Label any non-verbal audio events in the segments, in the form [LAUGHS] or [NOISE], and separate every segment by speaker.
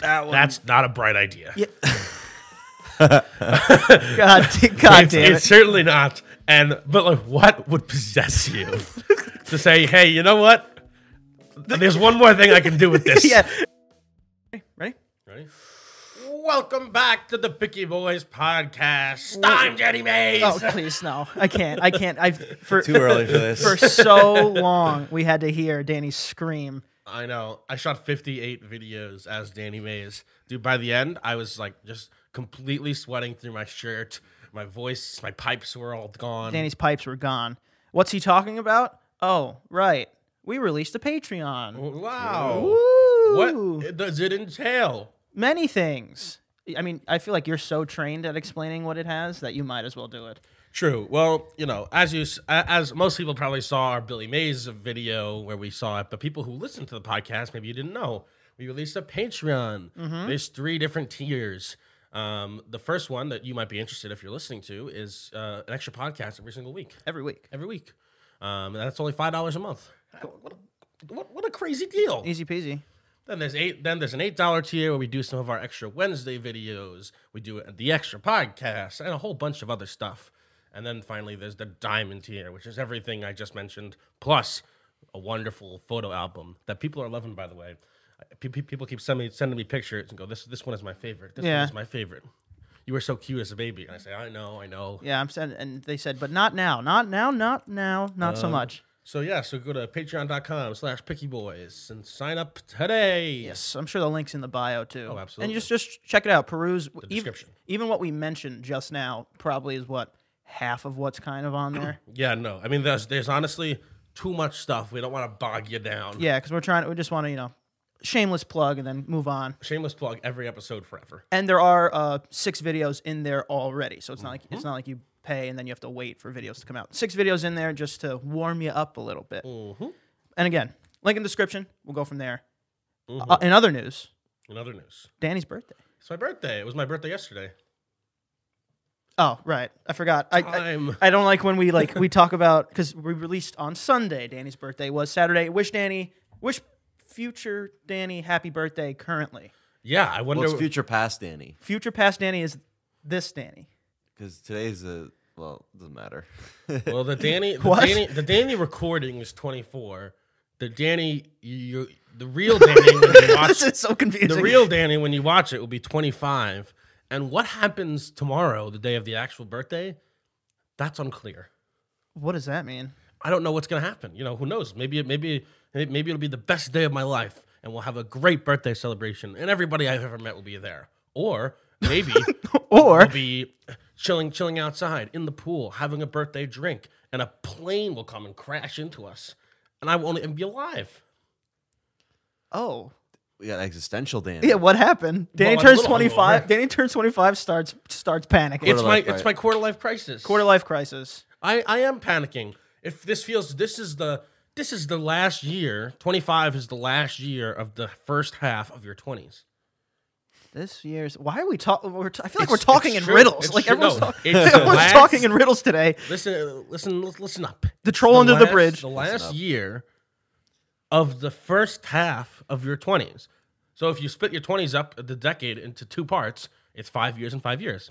Speaker 1: That one.
Speaker 2: That's not a bright idea. [LAUGHS]
Speaker 3: God, God
Speaker 2: it's,
Speaker 3: damn
Speaker 2: it's
Speaker 3: it.
Speaker 2: certainly not. And but like, what would possess you to say, "Hey, you know what? There's one more thing I can do with this."
Speaker 3: [LAUGHS] Yeah. Ready?
Speaker 2: Ready? Welcome back to the Picky Boys podcast. I'm Jenny Mays.
Speaker 3: Oh, please no. I can't. I can't. I've for
Speaker 1: too early for this.
Speaker 3: [LAUGHS] for so long we had to hear Danny scream.
Speaker 2: I know. I shot 58 videos as Danny Mays. Dude, by the end, I was like just completely sweating through my shirt. My voice, my pipes were all gone.
Speaker 3: Danny's pipes were gone. What's he talking about? Oh, right. We released a Patreon.
Speaker 2: Wow.
Speaker 3: Woo!
Speaker 2: What does it entail?
Speaker 3: Many things. I mean, I feel like you're so trained at explaining what it has that you might as well do it.
Speaker 2: True. Well, you know, as you s- a- as most people probably saw our Billy Mays video where we saw it, but people who listen to the podcast maybe you didn't know we released a Patreon. There's three different tiers. Um, the first one that you might be interested if you're listening to is uh, an extra podcast every single week,
Speaker 3: Every week.
Speaker 2: every week. Um, and that's only five dollars a month. What a, what, what a crazy deal!
Speaker 3: Easy peasy.
Speaker 2: Then there's eight. Then there's an eight dollar tier where we do some of our extra Wednesday videos. We do the extra podcast and a whole bunch of other stuff. And then finally, there's the diamond tier, which is everything I just mentioned plus a wonderful photo album that people are loving. By the way, I- pe- pe- people keep sending me, sending me pictures and go, "This this one is my favorite. This
Speaker 3: Yeah.
Speaker 2: one is my favorite. You were so cute as a baby." And I say, "I know, I know."
Speaker 3: Yeah, I'm saying, and they said, but not now, not now, not now, not
Speaker 2: Oh.
Speaker 3: so much.
Speaker 2: So yeah, so go to Patreon.com/slash Picky Boys and sign up today.
Speaker 3: Yes, I'm sure the link's in the bio too.
Speaker 2: Oh,
Speaker 3: And
Speaker 2: absolutely.
Speaker 3: just just check it out. Peruse the
Speaker 2: description.
Speaker 3: Even, what we mentioned just now probably is what half of what's kind of
Speaker 2: [CLEARS THROAT]
Speaker 3: on there.
Speaker 2: Yeah, no. I mean, there's there's honestly too much stuff. We don't want to bog you down.
Speaker 3: yeah, because we're trying. We just want to you know, shameless plug and then move on.
Speaker 2: Shameless plug every episode forever.
Speaker 3: And there are uh, six videos in there already, so it's not like
Speaker 2: Mm-hmm.
Speaker 3: it's not like you pay and then you have to wait for videos to come out. Six videos in there just to warm you up a little bit. And again, link in the description. We'll go from there.
Speaker 2: Mm-hmm.
Speaker 3: Uh, in other news,
Speaker 2: In other news,
Speaker 3: Danny's birthday.
Speaker 2: it's my birthday. It was my birthday yesterday.
Speaker 3: Oh, right. I forgot. I, I,
Speaker 2: Time.
Speaker 3: I don't like when we like we talk about because we released on Sunday. Danny's birthday was Saturday. Wish Danny, wish future Danny happy birthday. Currently,
Speaker 2: Yeah, I wonder.
Speaker 1: well, it's future past Danny
Speaker 3: future past Danny is this Danny. [LAUGHS]
Speaker 1: because today's a well it doesn't matter.
Speaker 2: well, the
Speaker 3: [LAUGHS]
Speaker 2: Danny, the
Speaker 3: What?
Speaker 2: Danny, the Danny recording was 24. The Danny, you, the real Danny when
Speaker 3: [LAUGHS]
Speaker 2: you watch
Speaker 3: This is so confusing.
Speaker 2: the real Danny when you watch it will be 25. And what happens tomorrow, the day of the actual birthday? That's unclear.
Speaker 3: What does that mean?
Speaker 2: I don't know what's gonna happen. You know, who knows? Maybe it maybe maybe it'll be the best day of my life, and we'll have a great birthday celebration, and everybody I've ever met will be there. Or maybe
Speaker 3: Or
Speaker 2: we'll be chilling, chilling outside in the pool, having a birthday drink, and a plane will come and crash into us, and I won't even be alive.
Speaker 3: oh
Speaker 1: we got existential Danny.
Speaker 3: yeah, what happened? Danny
Speaker 2: Well, I'm a
Speaker 3: turns
Speaker 2: little
Speaker 3: twenty five.
Speaker 2: hungover.
Speaker 3: Danny turns twenty five. Starts starts panicking.
Speaker 2: It's my
Speaker 1: life
Speaker 2: it's
Speaker 1: crisis.
Speaker 2: my quarter life crisis.
Speaker 3: quarter life crisis.
Speaker 2: I I am panicking. If this feels this is the this is the last year. Twenty five is the last year of the first half of your twenties.
Speaker 3: This year's. Why are we talking? We're t- I feel like
Speaker 2: It's-
Speaker 3: we're talking
Speaker 2: it's
Speaker 3: in
Speaker 2: true.
Speaker 3: riddles.
Speaker 2: It's
Speaker 3: like
Speaker 2: true.
Speaker 3: everyone's,
Speaker 2: No,
Speaker 3: talk-
Speaker 2: it's the
Speaker 3: [LAUGHS] everyone's
Speaker 2: last-
Speaker 3: talking in riddles today.
Speaker 2: Listen, uh, listen, l- listen up.
Speaker 3: The troll under the
Speaker 2: last-
Speaker 3: bridge.
Speaker 2: The last year of the first half of your twenties. So if you split your twenties up the decade into two parts, it's five years and five years.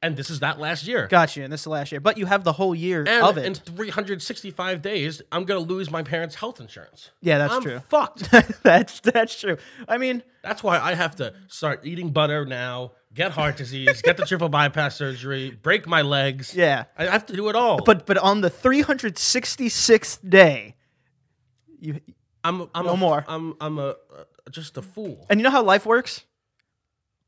Speaker 2: And this is that last year.
Speaker 3: Got you. And this is the last year, but you have the whole year
Speaker 2: and
Speaker 3: of it.
Speaker 2: in 365 days, I'm gonna lose my parents' health insurance.
Speaker 3: Yeah, that's
Speaker 2: I'm
Speaker 3: true.
Speaker 2: Fucked.
Speaker 3: [LAUGHS] that's that's true. I mean,
Speaker 2: That's why I have to start eating butter now. Get heart disease. get the triple bypass surgery. Break my legs.
Speaker 3: Yeah.
Speaker 2: I have to do it all.
Speaker 3: but but on the 366th day, you
Speaker 2: I'm, I'm
Speaker 3: No
Speaker 2: a,
Speaker 3: more.
Speaker 2: I'm I'm a uh, just a fool.
Speaker 3: and you know how life works.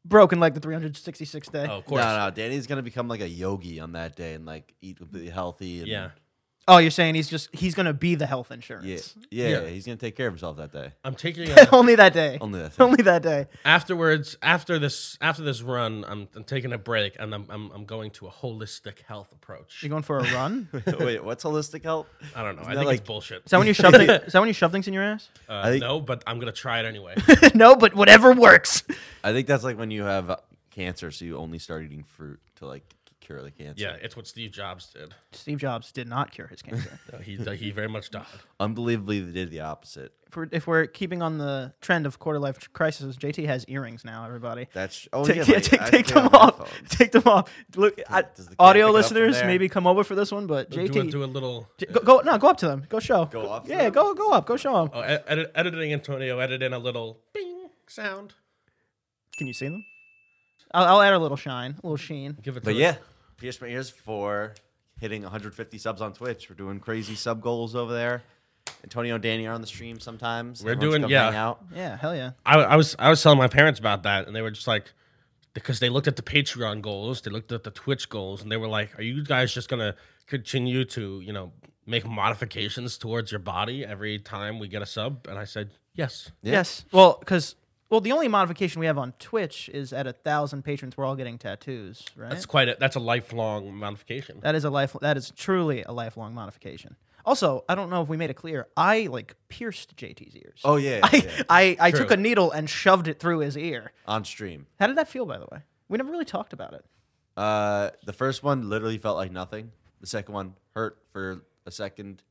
Speaker 3: Broken like the 366th day.
Speaker 2: Oh, of course.
Speaker 1: No, no, Danny's gonna become like a yogi on that day and like eat completely healthy. And
Speaker 2: Yeah.
Speaker 3: Oh, you're saying he's just he's gonna be the health
Speaker 1: yeah,
Speaker 3: insurance.
Speaker 1: yeah,
Speaker 2: Yeah.
Speaker 1: He's gonna take care of himself that day. [LAUGHS]
Speaker 2: I'm taking a,
Speaker 3: [LAUGHS] Only that day.
Speaker 1: Only that.
Speaker 3: Only that day.
Speaker 2: afterwards after this after this run, I'm, I'm taking a break and I'm, I'm I'm going to a holistic health approach.
Speaker 3: You're going for a run. Is
Speaker 1: Wait, what's holistic health?
Speaker 2: I don't know. I
Speaker 1: that
Speaker 2: think
Speaker 1: like-
Speaker 2: it's bullshit.
Speaker 3: that when you [LAUGHS] shove things, is that when you shove things in your ass?
Speaker 2: Uh,
Speaker 1: think-
Speaker 2: no, but I'm gonna try
Speaker 1: [LAUGHS]
Speaker 2: it anyway.
Speaker 3: [LAUGHS] no, but whatever works.
Speaker 1: I think that's like when you have uh, cancer, so you only start eating fruit to like c- cure the cancer.
Speaker 2: Yeah, it's what Steve Jobs did.
Speaker 3: Steve Jobs did not cure his cancer.
Speaker 2: Uh,
Speaker 1: [LAUGHS]
Speaker 2: He he very much died.
Speaker 1: Unbelievably, they did the opposite.
Speaker 3: if, we're, if we're keeping on the trend of quarter life crises, JT has earrings now. Everybody,
Speaker 1: That's oh
Speaker 3: [LAUGHS] take,
Speaker 1: yeah,
Speaker 3: yeah,
Speaker 1: like,
Speaker 3: take,
Speaker 1: I
Speaker 3: take
Speaker 1: play on
Speaker 3: them
Speaker 1: my
Speaker 3: off.
Speaker 1: phone.
Speaker 3: [LAUGHS] Take them off. Look, I,
Speaker 1: does the cat pick it
Speaker 3: audio
Speaker 1: up from
Speaker 3: listeners,
Speaker 1: there?
Speaker 3: maybe come over for this one. But JT,
Speaker 2: Do, a, do a little.
Speaker 3: J- go, go no, go up to them. Go show.
Speaker 1: Go up to
Speaker 3: Yeah,
Speaker 1: them?
Speaker 3: go go up. Go show them.
Speaker 2: Oh, ed- edit, editing Antonio, edit in a little bing sound.
Speaker 3: Can you see them? I'll, I'll add a little shine, a little sheen.
Speaker 2: Give it. To
Speaker 1: But
Speaker 2: us.
Speaker 1: yeah, pierce my ears for hitting 150 subs on Twitch. We're doing crazy sub goals over there. Antonio and Danny are on the stream sometimes.
Speaker 2: We're
Speaker 1: Everyone should
Speaker 2: doing-
Speaker 1: come
Speaker 2: yeah.
Speaker 1: Hang out.
Speaker 3: Yeah, hell yeah.
Speaker 2: I, I was I was telling my parents about that, and they were just like, because they looked at the Patreon goals, they looked at the Twitch goals, and they were like, "Are you guys just gonna continue to you know make modifications towards your body every time we get a sub?" And I said, "Yes."
Speaker 1: Yeah.
Speaker 3: Yes. Well, because well, the only modification we have on Twitch is at a thousand patrons, we're all getting tattoos, right?
Speaker 2: That's quite a that's a lifelong modification.
Speaker 3: That is a life. That is truly a lifelong modification. Also, I don't know if we made it clear. I like pierced JT's ears.
Speaker 1: Oh yeah, yeah,
Speaker 3: I
Speaker 1: yeah.
Speaker 3: I, I took
Speaker 2: True.
Speaker 3: a needle and shoved it through his ear.
Speaker 1: on stream.
Speaker 3: How did that feel, by the way? We never really talked about it.
Speaker 1: Uh, the first one literally felt like nothing. The second one hurt for a second,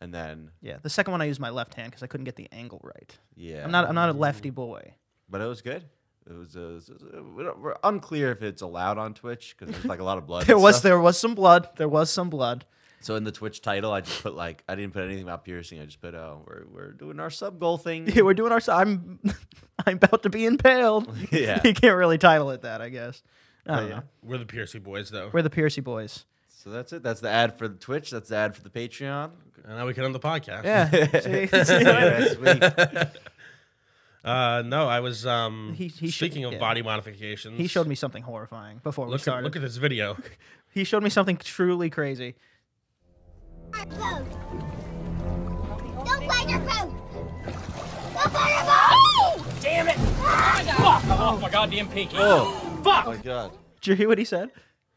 Speaker 1: and then
Speaker 3: Yeah, the second one I used my left hand because I couldn't get the angle right.
Speaker 1: yeah,
Speaker 3: I'm not I'm not a lefty boy.
Speaker 1: but it was good. It was, uh, s- s- we don't- we're unclear if it's allowed on Twitch because there's like a lot of blood.
Speaker 3: There
Speaker 1: and
Speaker 3: was
Speaker 1: stuff.
Speaker 3: there was some blood. There was
Speaker 1: [LAUGHS]
Speaker 3: some blood.
Speaker 1: So in the Twitch title, I just put like I didn't put anything about piercing. I just put oh we're we're doing our sub goal
Speaker 3: [LAUGHS]
Speaker 1: thing.
Speaker 3: Yeah, we're doing our. I'm [LAUGHS] I'm about to be impaled.
Speaker 1: Yeah.
Speaker 3: [LAUGHS]
Speaker 1: Oh,
Speaker 3: you can't really title it that, I guess. I don't
Speaker 1: yeah.
Speaker 3: know.
Speaker 2: We're the Piercy boys, though,
Speaker 3: We're the Piercy boys.
Speaker 1: So that's it. That's the ad for the Twitch. That's the ad for the [LAUGHS] Patreon.
Speaker 2: and now we can end the podcast.
Speaker 3: Yeah. See? [LAUGHS]
Speaker 1: [LAUGHS]
Speaker 3: See?
Speaker 1: Next week.
Speaker 2: Uh, no, I was um.
Speaker 3: He- he should-
Speaker 2: speaking of
Speaker 3: yeah.
Speaker 2: body modifications,
Speaker 3: He showed me something horrifying before we
Speaker 2: Look at,
Speaker 3: started.
Speaker 2: look at this video.
Speaker 3: He showed me something truly crazy.
Speaker 4: Road. Don't ride your road. Don't ride your road.
Speaker 5: Damn it! Fuck! I lost my goddamn pinky.
Speaker 1: Oh.
Speaker 5: Fuck!
Speaker 1: Oh my god.
Speaker 3: Did you hear what he said?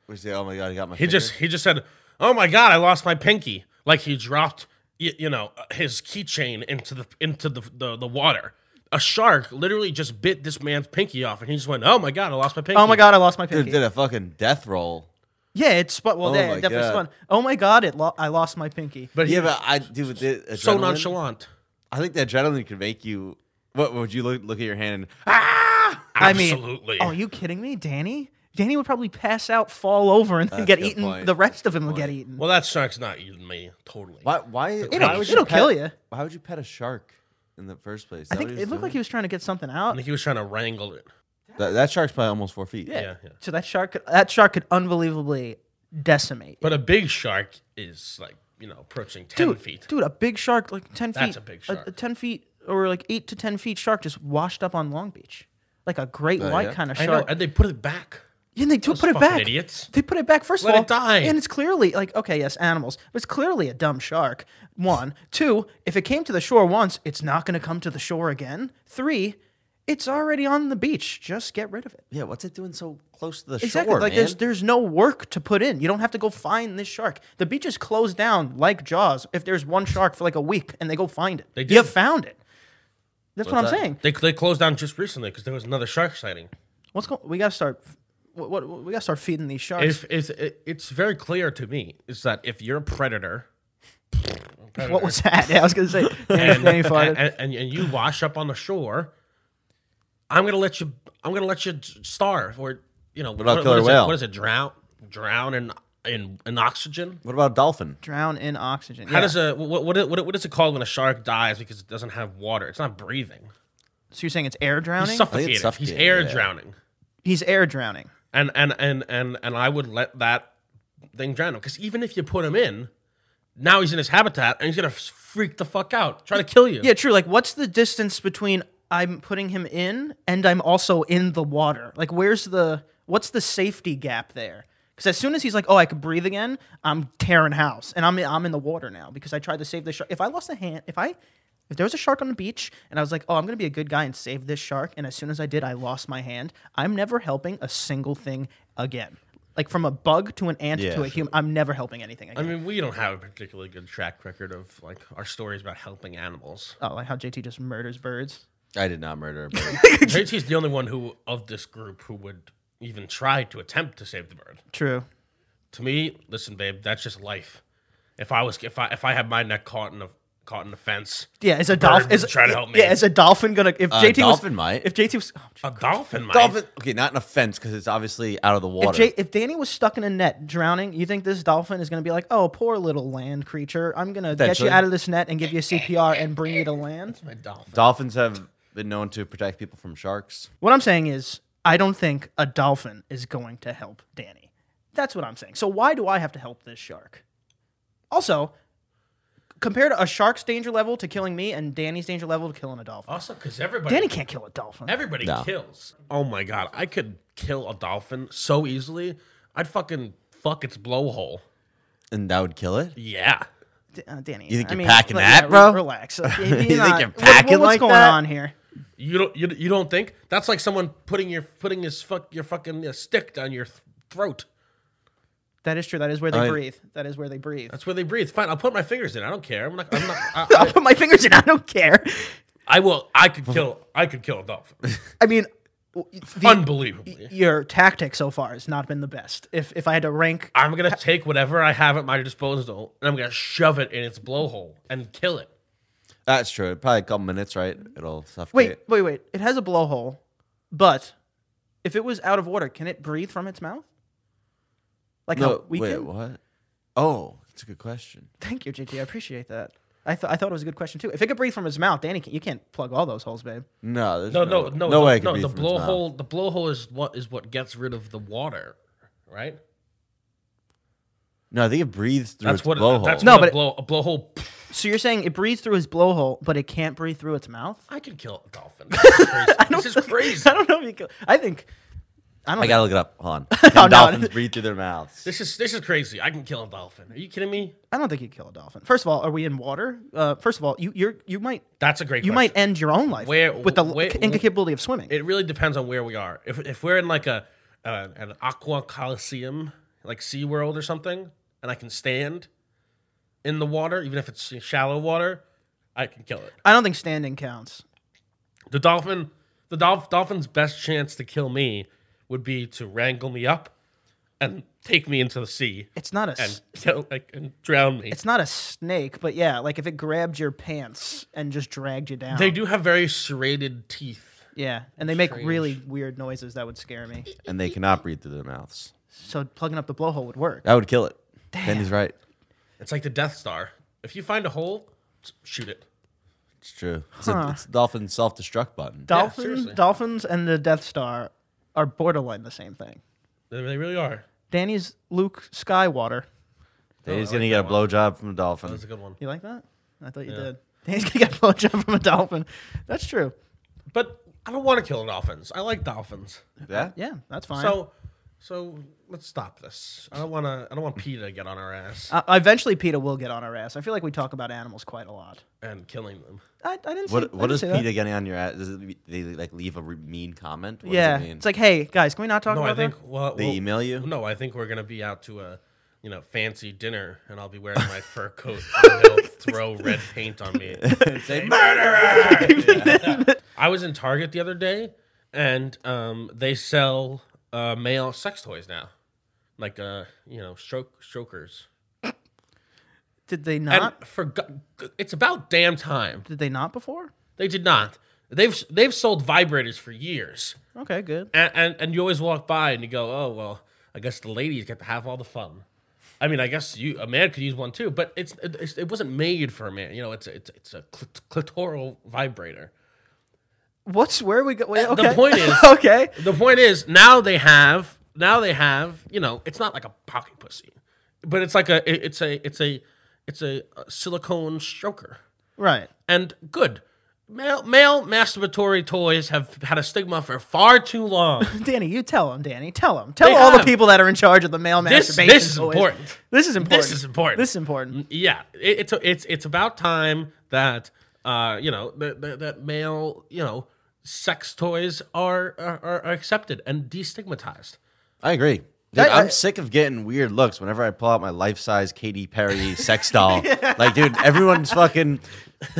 Speaker 1: We say, oh my god, I got my.
Speaker 2: He just he just said, "Oh my god, I lost my pinky!" Like he dropped, you, you know, uh, his keychain into the into the, the the water. A shark literally just bit this man's pinky off, and he just went, "Oh my god, I lost my pinky!"
Speaker 3: Oh my god, I lost my
Speaker 1: Dude
Speaker 3: pinky.
Speaker 1: did a fucking death roll.
Speaker 3: yeah, it's spun. Well,
Speaker 1: Oh
Speaker 3: yeah,
Speaker 1: my
Speaker 3: it definitely
Speaker 1: God.
Speaker 3: spun. Oh my god, it lo- I lost my pinky.
Speaker 2: But
Speaker 1: Yeah,
Speaker 2: yeah,
Speaker 1: but I do with the adrenaline.
Speaker 2: so nonchalant.
Speaker 1: I think the adrenaline could make you. What would you look look at your hand and ah?
Speaker 2: Absolutely.
Speaker 3: I mean, Oh, are you kidding me, Danny? Danny would probably pass out, fall over, and then
Speaker 1: That's
Speaker 3: get
Speaker 1: a good
Speaker 3: eaten.
Speaker 1: point.
Speaker 3: The rest of him would get eaten.
Speaker 2: well, that shark's not eating me totally.
Speaker 1: Why? Why? why
Speaker 3: It'll- it'll
Speaker 1: pet-
Speaker 3: kill ya.
Speaker 1: Why would you pet a shark in the first place? Is
Speaker 3: I
Speaker 1: that what
Speaker 3: think
Speaker 1: he was
Speaker 3: it looked like he
Speaker 1: doing?
Speaker 3: was trying to get something
Speaker 2: I
Speaker 3: out.
Speaker 2: think he was trying to wrangle it.
Speaker 1: that, that shark's probably almost four feet.
Speaker 3: Yeah.
Speaker 2: Yeah, yeah.
Speaker 3: So that shark, could, that shark could unbelievably decimate.
Speaker 2: But a big shark is like you know approaching ten
Speaker 3: dude,
Speaker 2: feet.
Speaker 3: dude, a big shark, like ten feet.
Speaker 2: That's a big shark.
Speaker 3: A, ten feet or like eight to ten feet shark just washed up on Long Beach, like a great white
Speaker 1: yeah.
Speaker 3: kind of
Speaker 2: Oh, I
Speaker 3: shark.
Speaker 2: know, and they put it back.
Speaker 3: Yeah, and they do put it
Speaker 2: fucking
Speaker 3: back.
Speaker 2: idiots.
Speaker 3: They put it back first
Speaker 2: Let
Speaker 3: of
Speaker 2: it
Speaker 3: all.
Speaker 2: die.
Speaker 3: And it's clearly like okay, yes, animals, but it's clearly a dumb shark. One, two. If it came to the shore once, it's not going to come to the shore again. Three, it's already on the beach. Just get rid of it.
Speaker 1: Yeah. What's it doing so close to the
Speaker 3: Exactly.
Speaker 1: shore,
Speaker 3: like
Speaker 1: man?
Speaker 3: there's there's no work to put in. You don't have to go find this shark. The beach is closed down like Jaws. If there's one shark for like a week and they go find it,
Speaker 2: They
Speaker 3: you
Speaker 2: did.
Speaker 3: found it. That's what I'm
Speaker 1: What's that?
Speaker 3: saying.
Speaker 2: They, they closed down just recently because there was another shark sighting.
Speaker 3: What's going? We gotta start. What, what, we gotta start feeding these sharks.
Speaker 2: If, if it, it's very clear to me is that if you're a predator,
Speaker 3: what was that? [LAUGHS] Yeah, I was
Speaker 2: [LAUGHS]
Speaker 3: gonna say. Danny, Danny farted.
Speaker 2: and, and, and you wash up on the shore, I'm gonna let you. I'm gonna let you starve, or you know, what
Speaker 1: about killer
Speaker 2: what is
Speaker 1: whale?
Speaker 2: It, what is it? Drown, drown in in, in oxygen.
Speaker 1: what about a dolphin?
Speaker 3: drown in oxygen.
Speaker 2: How does a what, what what what is it called when a shark dies because it doesn't have water? It's not breathing.
Speaker 3: so you're saying it's air drowning?
Speaker 2: He's
Speaker 3: He's,
Speaker 2: suffocating. He's
Speaker 1: suffocating,
Speaker 2: air
Speaker 1: yeah.
Speaker 2: drowning.
Speaker 3: air drowning.
Speaker 2: and and and and and I would let that thing drown him because even if you put him in, now he's in his habitat and he's gonna freak the fuck out, try to kill you.
Speaker 3: Yeah, true. Like, what's the distance between I'm putting him in and I'm also in the water? Like, where's the what's the safety gap there? Because as soon as he's like, "Oh, I could breathe again," I'm tearing house, and I'm I'm in the water now because I tried to save the shark. If I lost a hand, if I if there was a shark on the beach and I was like, "Oh, I'm gonna be a good guy and save this shark," and as soon as I did, I lost my hand. I'm never helping a single thing again. Like from a bug to an ant
Speaker 1: Yeah,
Speaker 3: to a
Speaker 1: sure.
Speaker 3: human, I'm never helping anything again.
Speaker 2: I mean, we don't have a particularly good track record of like our stories about helping
Speaker 3: [LAUGHS]
Speaker 2: animals.
Speaker 3: Oh, like how JT just murders birds.
Speaker 1: I did not [LAUGHS] murder a bird.
Speaker 2: JT's the only one who of this group who would even try to attempt to save the bird.
Speaker 3: True.
Speaker 2: to me, listen, babe, that's just life. If I was, if I, if I had my neck caught in a caught in a fence,
Speaker 3: Yeah, is a
Speaker 2: Bird
Speaker 3: dolphin
Speaker 2: would
Speaker 3: is
Speaker 2: try to help me.
Speaker 3: Yeah, is a dolphin gonna if
Speaker 1: Uh,
Speaker 3: JT
Speaker 1: dolphin
Speaker 3: was
Speaker 1: might.
Speaker 3: if JT was oh,
Speaker 2: a dolphin might.
Speaker 1: Dolphin. Okay, not an offense because it's obviously out of the
Speaker 3: if,
Speaker 1: water.
Speaker 3: J, if Danny was stuck in a net drowning, you think this dolphin is gonna be like, oh poor little land creature, I'm gonna get you
Speaker 1: Potentially.
Speaker 3: out of this net and give you CPR and bring you to land?
Speaker 2: A dolphin.
Speaker 1: Dolphins have been known to protect people from sharks.
Speaker 3: What I'm saying is, I don't think a dolphin is going to help Danny. That's what I'm saying. So why do I have to help this shark? Also, compared to a shark's danger level to killing me and Danny's danger level to killing a dolphin,
Speaker 2: Also, because everybody
Speaker 3: Danny can't kill a dolphin.
Speaker 2: Everybody
Speaker 1: No.
Speaker 2: kills. Oh my god, I could kill a dolphin so easily. I'd fucking fuck its blowhole.
Speaker 1: And that would kill it?
Speaker 2: Yeah.
Speaker 3: D- uh, Danny,
Speaker 1: You think
Speaker 3: I
Speaker 1: you're
Speaker 3: mean,
Speaker 1: packing
Speaker 3: like,
Speaker 1: that,
Speaker 3: yeah, re-
Speaker 1: bro? [LAUGHS]
Speaker 3: Relax. Like, you
Speaker 1: think
Speaker 3: know,
Speaker 1: you're
Speaker 3: what-
Speaker 1: packing
Speaker 3: what's
Speaker 1: like
Speaker 3: going
Speaker 1: that?
Speaker 3: on here?
Speaker 2: You don't you, you don't think that's like someone putting your putting his fuck your fucking uh, stick down your th- throat.
Speaker 3: That is true. That is where they
Speaker 1: I-
Speaker 3: breathe. That is where
Speaker 1: [LAUGHS]
Speaker 3: they breathe.
Speaker 2: That's where they breathe. Fine, I'll put my fingers in. I don't care. I'm not. I'm not I,
Speaker 3: I'll put my fingers in. I don't care.
Speaker 2: I will. I could kill. I could kill a dolphin.
Speaker 3: I mean, w- the-
Speaker 1: Oh,
Speaker 2: Unbelievably.
Speaker 3: your tactic so far has not been the best. If if I had to rank
Speaker 2: I'm gonna take whatever I have at my disposal and I'm gonna shove it in its blowhole and kill it.
Speaker 1: That's true. Probably a couple minutes, right? It'll suffocate.
Speaker 3: Wait, wait, wait. It has a blowhole, but if it was out of water, can it breathe from its mouth? Like how
Speaker 1: no,
Speaker 3: we
Speaker 1: wait,
Speaker 3: can?
Speaker 1: what? Oh, that's a good question.
Speaker 3: Thank you, JT. I appreciate that. I, th- I thought it was a good question too. If it could breathe from its mouth, Danny, can- you can't plug all those holes, babe.
Speaker 1: No, there's
Speaker 2: No, no,
Speaker 1: no
Speaker 2: no, the,
Speaker 1: way. it could
Speaker 2: no,
Speaker 1: be
Speaker 2: the
Speaker 1: from its mouth.
Speaker 2: blowhole. The blowhole is what is what gets rid of the water, right?
Speaker 1: No, I think it breathes through
Speaker 2: That's
Speaker 1: its
Speaker 2: what.
Speaker 1: blowhole.
Speaker 2: That's
Speaker 3: No,
Speaker 2: what
Speaker 3: but
Speaker 2: a
Speaker 3: it-
Speaker 2: blow, a blowhole.
Speaker 3: So you're saying it breathes through his blowhole, but it can't breathe through its mouth? [LAUGHS]
Speaker 2: I could kill a dolphin. This is crazy. this is crazy.
Speaker 3: I don't know if you. Can, I think. I don't.
Speaker 1: I
Speaker 3: think-
Speaker 1: gotta look it up. Hold on. Can
Speaker 3: [LAUGHS] no.
Speaker 1: dolphins breathe through their mouths?
Speaker 2: This is this is crazy. I can kill a dolphin. Are you kidding me?
Speaker 3: I don't think you kill a dolphin. First of all, are we in water? Uh, first of all, you you're you might
Speaker 2: That's a great.
Speaker 3: you
Speaker 2: question.
Speaker 3: might end your own life
Speaker 2: Where-
Speaker 3: with the l-
Speaker 2: where-
Speaker 3: incapability of swimming.
Speaker 2: It really depends on where we are. If if we're in like a uh, an aqua coliseum, like SeaWorld or something, and I can stand in the water, even if it's shallow water, I can kill it.
Speaker 3: I don't think standing counts.
Speaker 2: The dolphin, the dolph- dolphin's best chance to kill me would be to wrangle me up and take me into the sea
Speaker 3: It's not a s-
Speaker 2: and kill, like, and drown me.
Speaker 3: it's not a snake, but yeah, like if it grabbed your pants and just dragged you down.
Speaker 2: They do have very serrated teeth.
Speaker 3: Yeah, and they make really weird noises that would scare me.
Speaker 1: And they cannot breathe through their mouths.
Speaker 3: So plugging up the blowhole would work.
Speaker 1: That would kill it. Then he's right.
Speaker 2: It's like the Death Star. If you find a hole, s- shoot it.
Speaker 1: It's true. It's, a, it's the dolphin's self-destruct button.
Speaker 3: Dolphins,
Speaker 2: seriously.
Speaker 3: dolphins and the Death Star are borderline the same thing.
Speaker 2: They they really are.
Speaker 3: Danny's Luke Skywater.
Speaker 1: He's gonna get a blowjob from a dolphin.
Speaker 2: That's a good one.
Speaker 3: You like that? I thought you did. [LAUGHS] Danny's gonna get a blowjob from a dolphin. That's true.
Speaker 2: But I don't want to kill dolphins. I like dolphins.
Speaker 1: Yeah.
Speaker 3: Yeah, that's fine.
Speaker 2: So, so let's stop this. I don't want to. I don't want PETA to get on our ass
Speaker 3: uh, eventually, PETA will get on our ass. I feel like we talk about animals quite a lot.
Speaker 2: and killing them.
Speaker 3: I, I didn't. say,
Speaker 1: What
Speaker 3: I
Speaker 1: What
Speaker 3: didn't
Speaker 1: is
Speaker 3: say
Speaker 1: PETA
Speaker 3: that.
Speaker 1: getting on your ass? Does it, they like leave a re- mean comment? What
Speaker 3: Yeah,
Speaker 1: Does it mean?
Speaker 3: it's like, hey guys, can we not talk
Speaker 2: No,
Speaker 3: about
Speaker 2: I think
Speaker 3: that?
Speaker 2: well,
Speaker 1: They
Speaker 2: well,
Speaker 1: email you?
Speaker 2: No, I think we're gonna be out to a you know fancy dinner, and I'll be wearing my fur coat, and
Speaker 3: [LAUGHS]
Speaker 2: they'll throw red paint on me.
Speaker 1: Say,
Speaker 2: I was in Target the other day, and um, they sell uh, male sex toys now, like uh, you know stroke strokers.
Speaker 3: Did they
Speaker 2: And
Speaker 3: not?
Speaker 2: for go- it's about damn time
Speaker 3: Did they not before?
Speaker 2: they did not. They've they've sold vibrators for years.
Speaker 3: Okay, good.
Speaker 2: and, and and you always walk by and you go, oh well, I guess the ladies get to have all the fun. I mean, I guess you a man could use one too, but it's it, it's- it wasn't made for a man. You know, it's a, it's it's a clit- clitoral vibrator.
Speaker 3: What's where we go? Wait,
Speaker 2: the
Speaker 3: okay.
Speaker 2: point is-
Speaker 3: [LAUGHS] okay.
Speaker 2: The point is now they have now they have you know it's not like a pocket pussy, but it's like a it- it's a it's a it's a, a silicone stroker.
Speaker 3: Right.
Speaker 2: and good. Male, male masturbatory toys have had a stigma for far too long.
Speaker 3: Danny, you tell him, Danny. Tell him. Tell
Speaker 2: They
Speaker 3: all
Speaker 2: have-
Speaker 3: the people that are in charge of the male
Speaker 2: This-
Speaker 3: masturbation.
Speaker 2: this is
Speaker 3: toys.
Speaker 2: important.
Speaker 3: This is important.
Speaker 2: is important. Mm,
Speaker 3: This is important.
Speaker 2: yeah, it, it's it's it's about time that uh you know that that, that male you know sex toys are, are are accepted and destigmatized.
Speaker 1: I agree. Dude,
Speaker 3: That-
Speaker 1: I'm
Speaker 3: I-
Speaker 1: sick of getting weird looks whenever I pull out my life-size Katy
Speaker 3: [LAUGHS]
Speaker 1: Perry sex doll. Like, dude, everyone's fucking.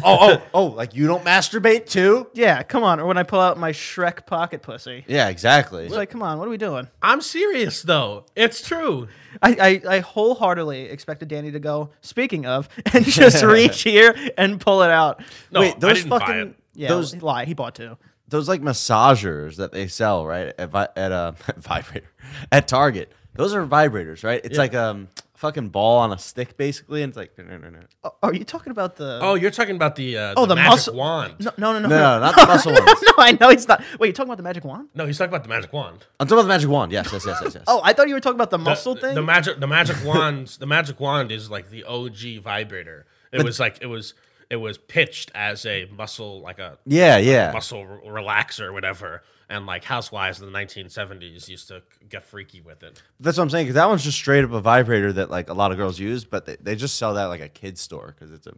Speaker 1: Oh, oh, oh! Like you don't masturbate too?
Speaker 3: Yeah, come on. Or when I pull out my Shrek pocket pussy.
Speaker 1: Yeah, exactly.
Speaker 3: It's like, come on, what are we doing?
Speaker 2: I'm serious though. It's true.
Speaker 3: I, I, I wholeheartedly expected Danny to go, speaking of, [LAUGHS] and
Speaker 2: [LAUGHS]
Speaker 3: just reach here and pull it out.
Speaker 2: No,
Speaker 1: Wait, those
Speaker 2: I didn't
Speaker 1: fucking
Speaker 2: buy it.
Speaker 3: Yeah,
Speaker 1: those
Speaker 3: those lie. He bought two.
Speaker 1: those like massagers that they sell right at vi- at a [LAUGHS] vibrator at Target. Those are vibrators, right? It's like um fucking ball on a stick basically, and it's like no, no, no, no,
Speaker 3: Oh, are you talking about the?
Speaker 2: Oh, you're talking about the uh,
Speaker 3: Oh, the
Speaker 2: magic
Speaker 3: muscle-
Speaker 2: wand.
Speaker 3: no, no, no, no,
Speaker 1: no, no, not the muscle ones.
Speaker 3: [LAUGHS] No, I know he's not. Wait, you talking about the magic wand?
Speaker 2: No, he's talking about the magic wand.
Speaker 1: I'm talking about the magic wand. Yes, yes, yes, yes, yes.
Speaker 3: Oh, I thought you were talking about the
Speaker 2: The-
Speaker 3: muscle
Speaker 2: the,
Speaker 3: thing.
Speaker 2: The magic, the magic [LAUGHS] wands. The magic wand is like the OG vibrator. It was like it was it was pitched as a muscle, like a
Speaker 1: yeah, yeah.
Speaker 2: muscle re- relaxer or whatever. And like housewives in the 1970s used to get freaky with it.
Speaker 1: That's what I'm saying. Because that one's just straight up a vibrator that like a lot of girls use, but they, they just sell that at, like a kid's store because it's a,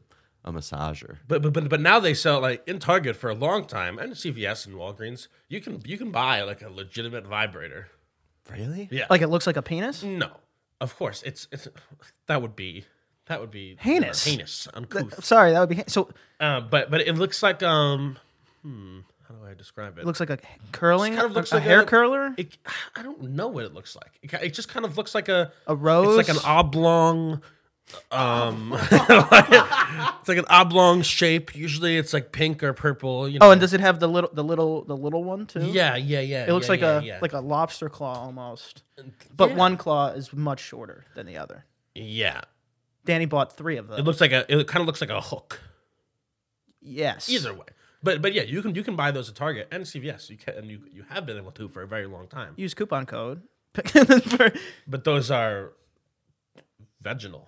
Speaker 1: a massager.
Speaker 2: But, but but but now they sell like in Target for a long time and CVS and Walgreens. You can you can buy like a legitimate vibrator.
Speaker 1: Really? [LAUGHS]
Speaker 2: Yeah.
Speaker 3: like it looks like a penis.
Speaker 2: no, of course it's it's that would be that would be
Speaker 3: Heinous.
Speaker 2: heinous uncouth.
Speaker 3: Sorry, that would be so.
Speaker 2: Uh, but but it looks like um, hmm, how do I describe it?
Speaker 3: It looks like a curling,
Speaker 2: kind of looks
Speaker 3: a,
Speaker 2: like
Speaker 3: a hair
Speaker 2: a-
Speaker 3: curler.
Speaker 2: It- I don't know what it looks like. It, ki- it just kind of looks like a
Speaker 3: A rose?
Speaker 2: It's like an oblong. Um, [LAUGHS] it's like an oblong shape. Usually, it's like pink or purple. You know.
Speaker 3: oh, and does it have the little, the little, the little one too?
Speaker 2: yeah, yeah, yeah.
Speaker 3: It looks
Speaker 2: yeah,
Speaker 3: like
Speaker 2: yeah,
Speaker 3: a
Speaker 2: yeah.
Speaker 3: like a lobster claw almost, but one claw is much shorter than the other.
Speaker 2: yeah.
Speaker 3: Danny bought three of them.
Speaker 2: It looks like a. It kind of looks like a hook.
Speaker 3: yes.
Speaker 2: Either way, but but yeah, you can you can buy those at Target and CVS. You can and you you have been able to for a very long time.
Speaker 3: Use coupon code. [LAUGHS] For
Speaker 2: But those are vaginal.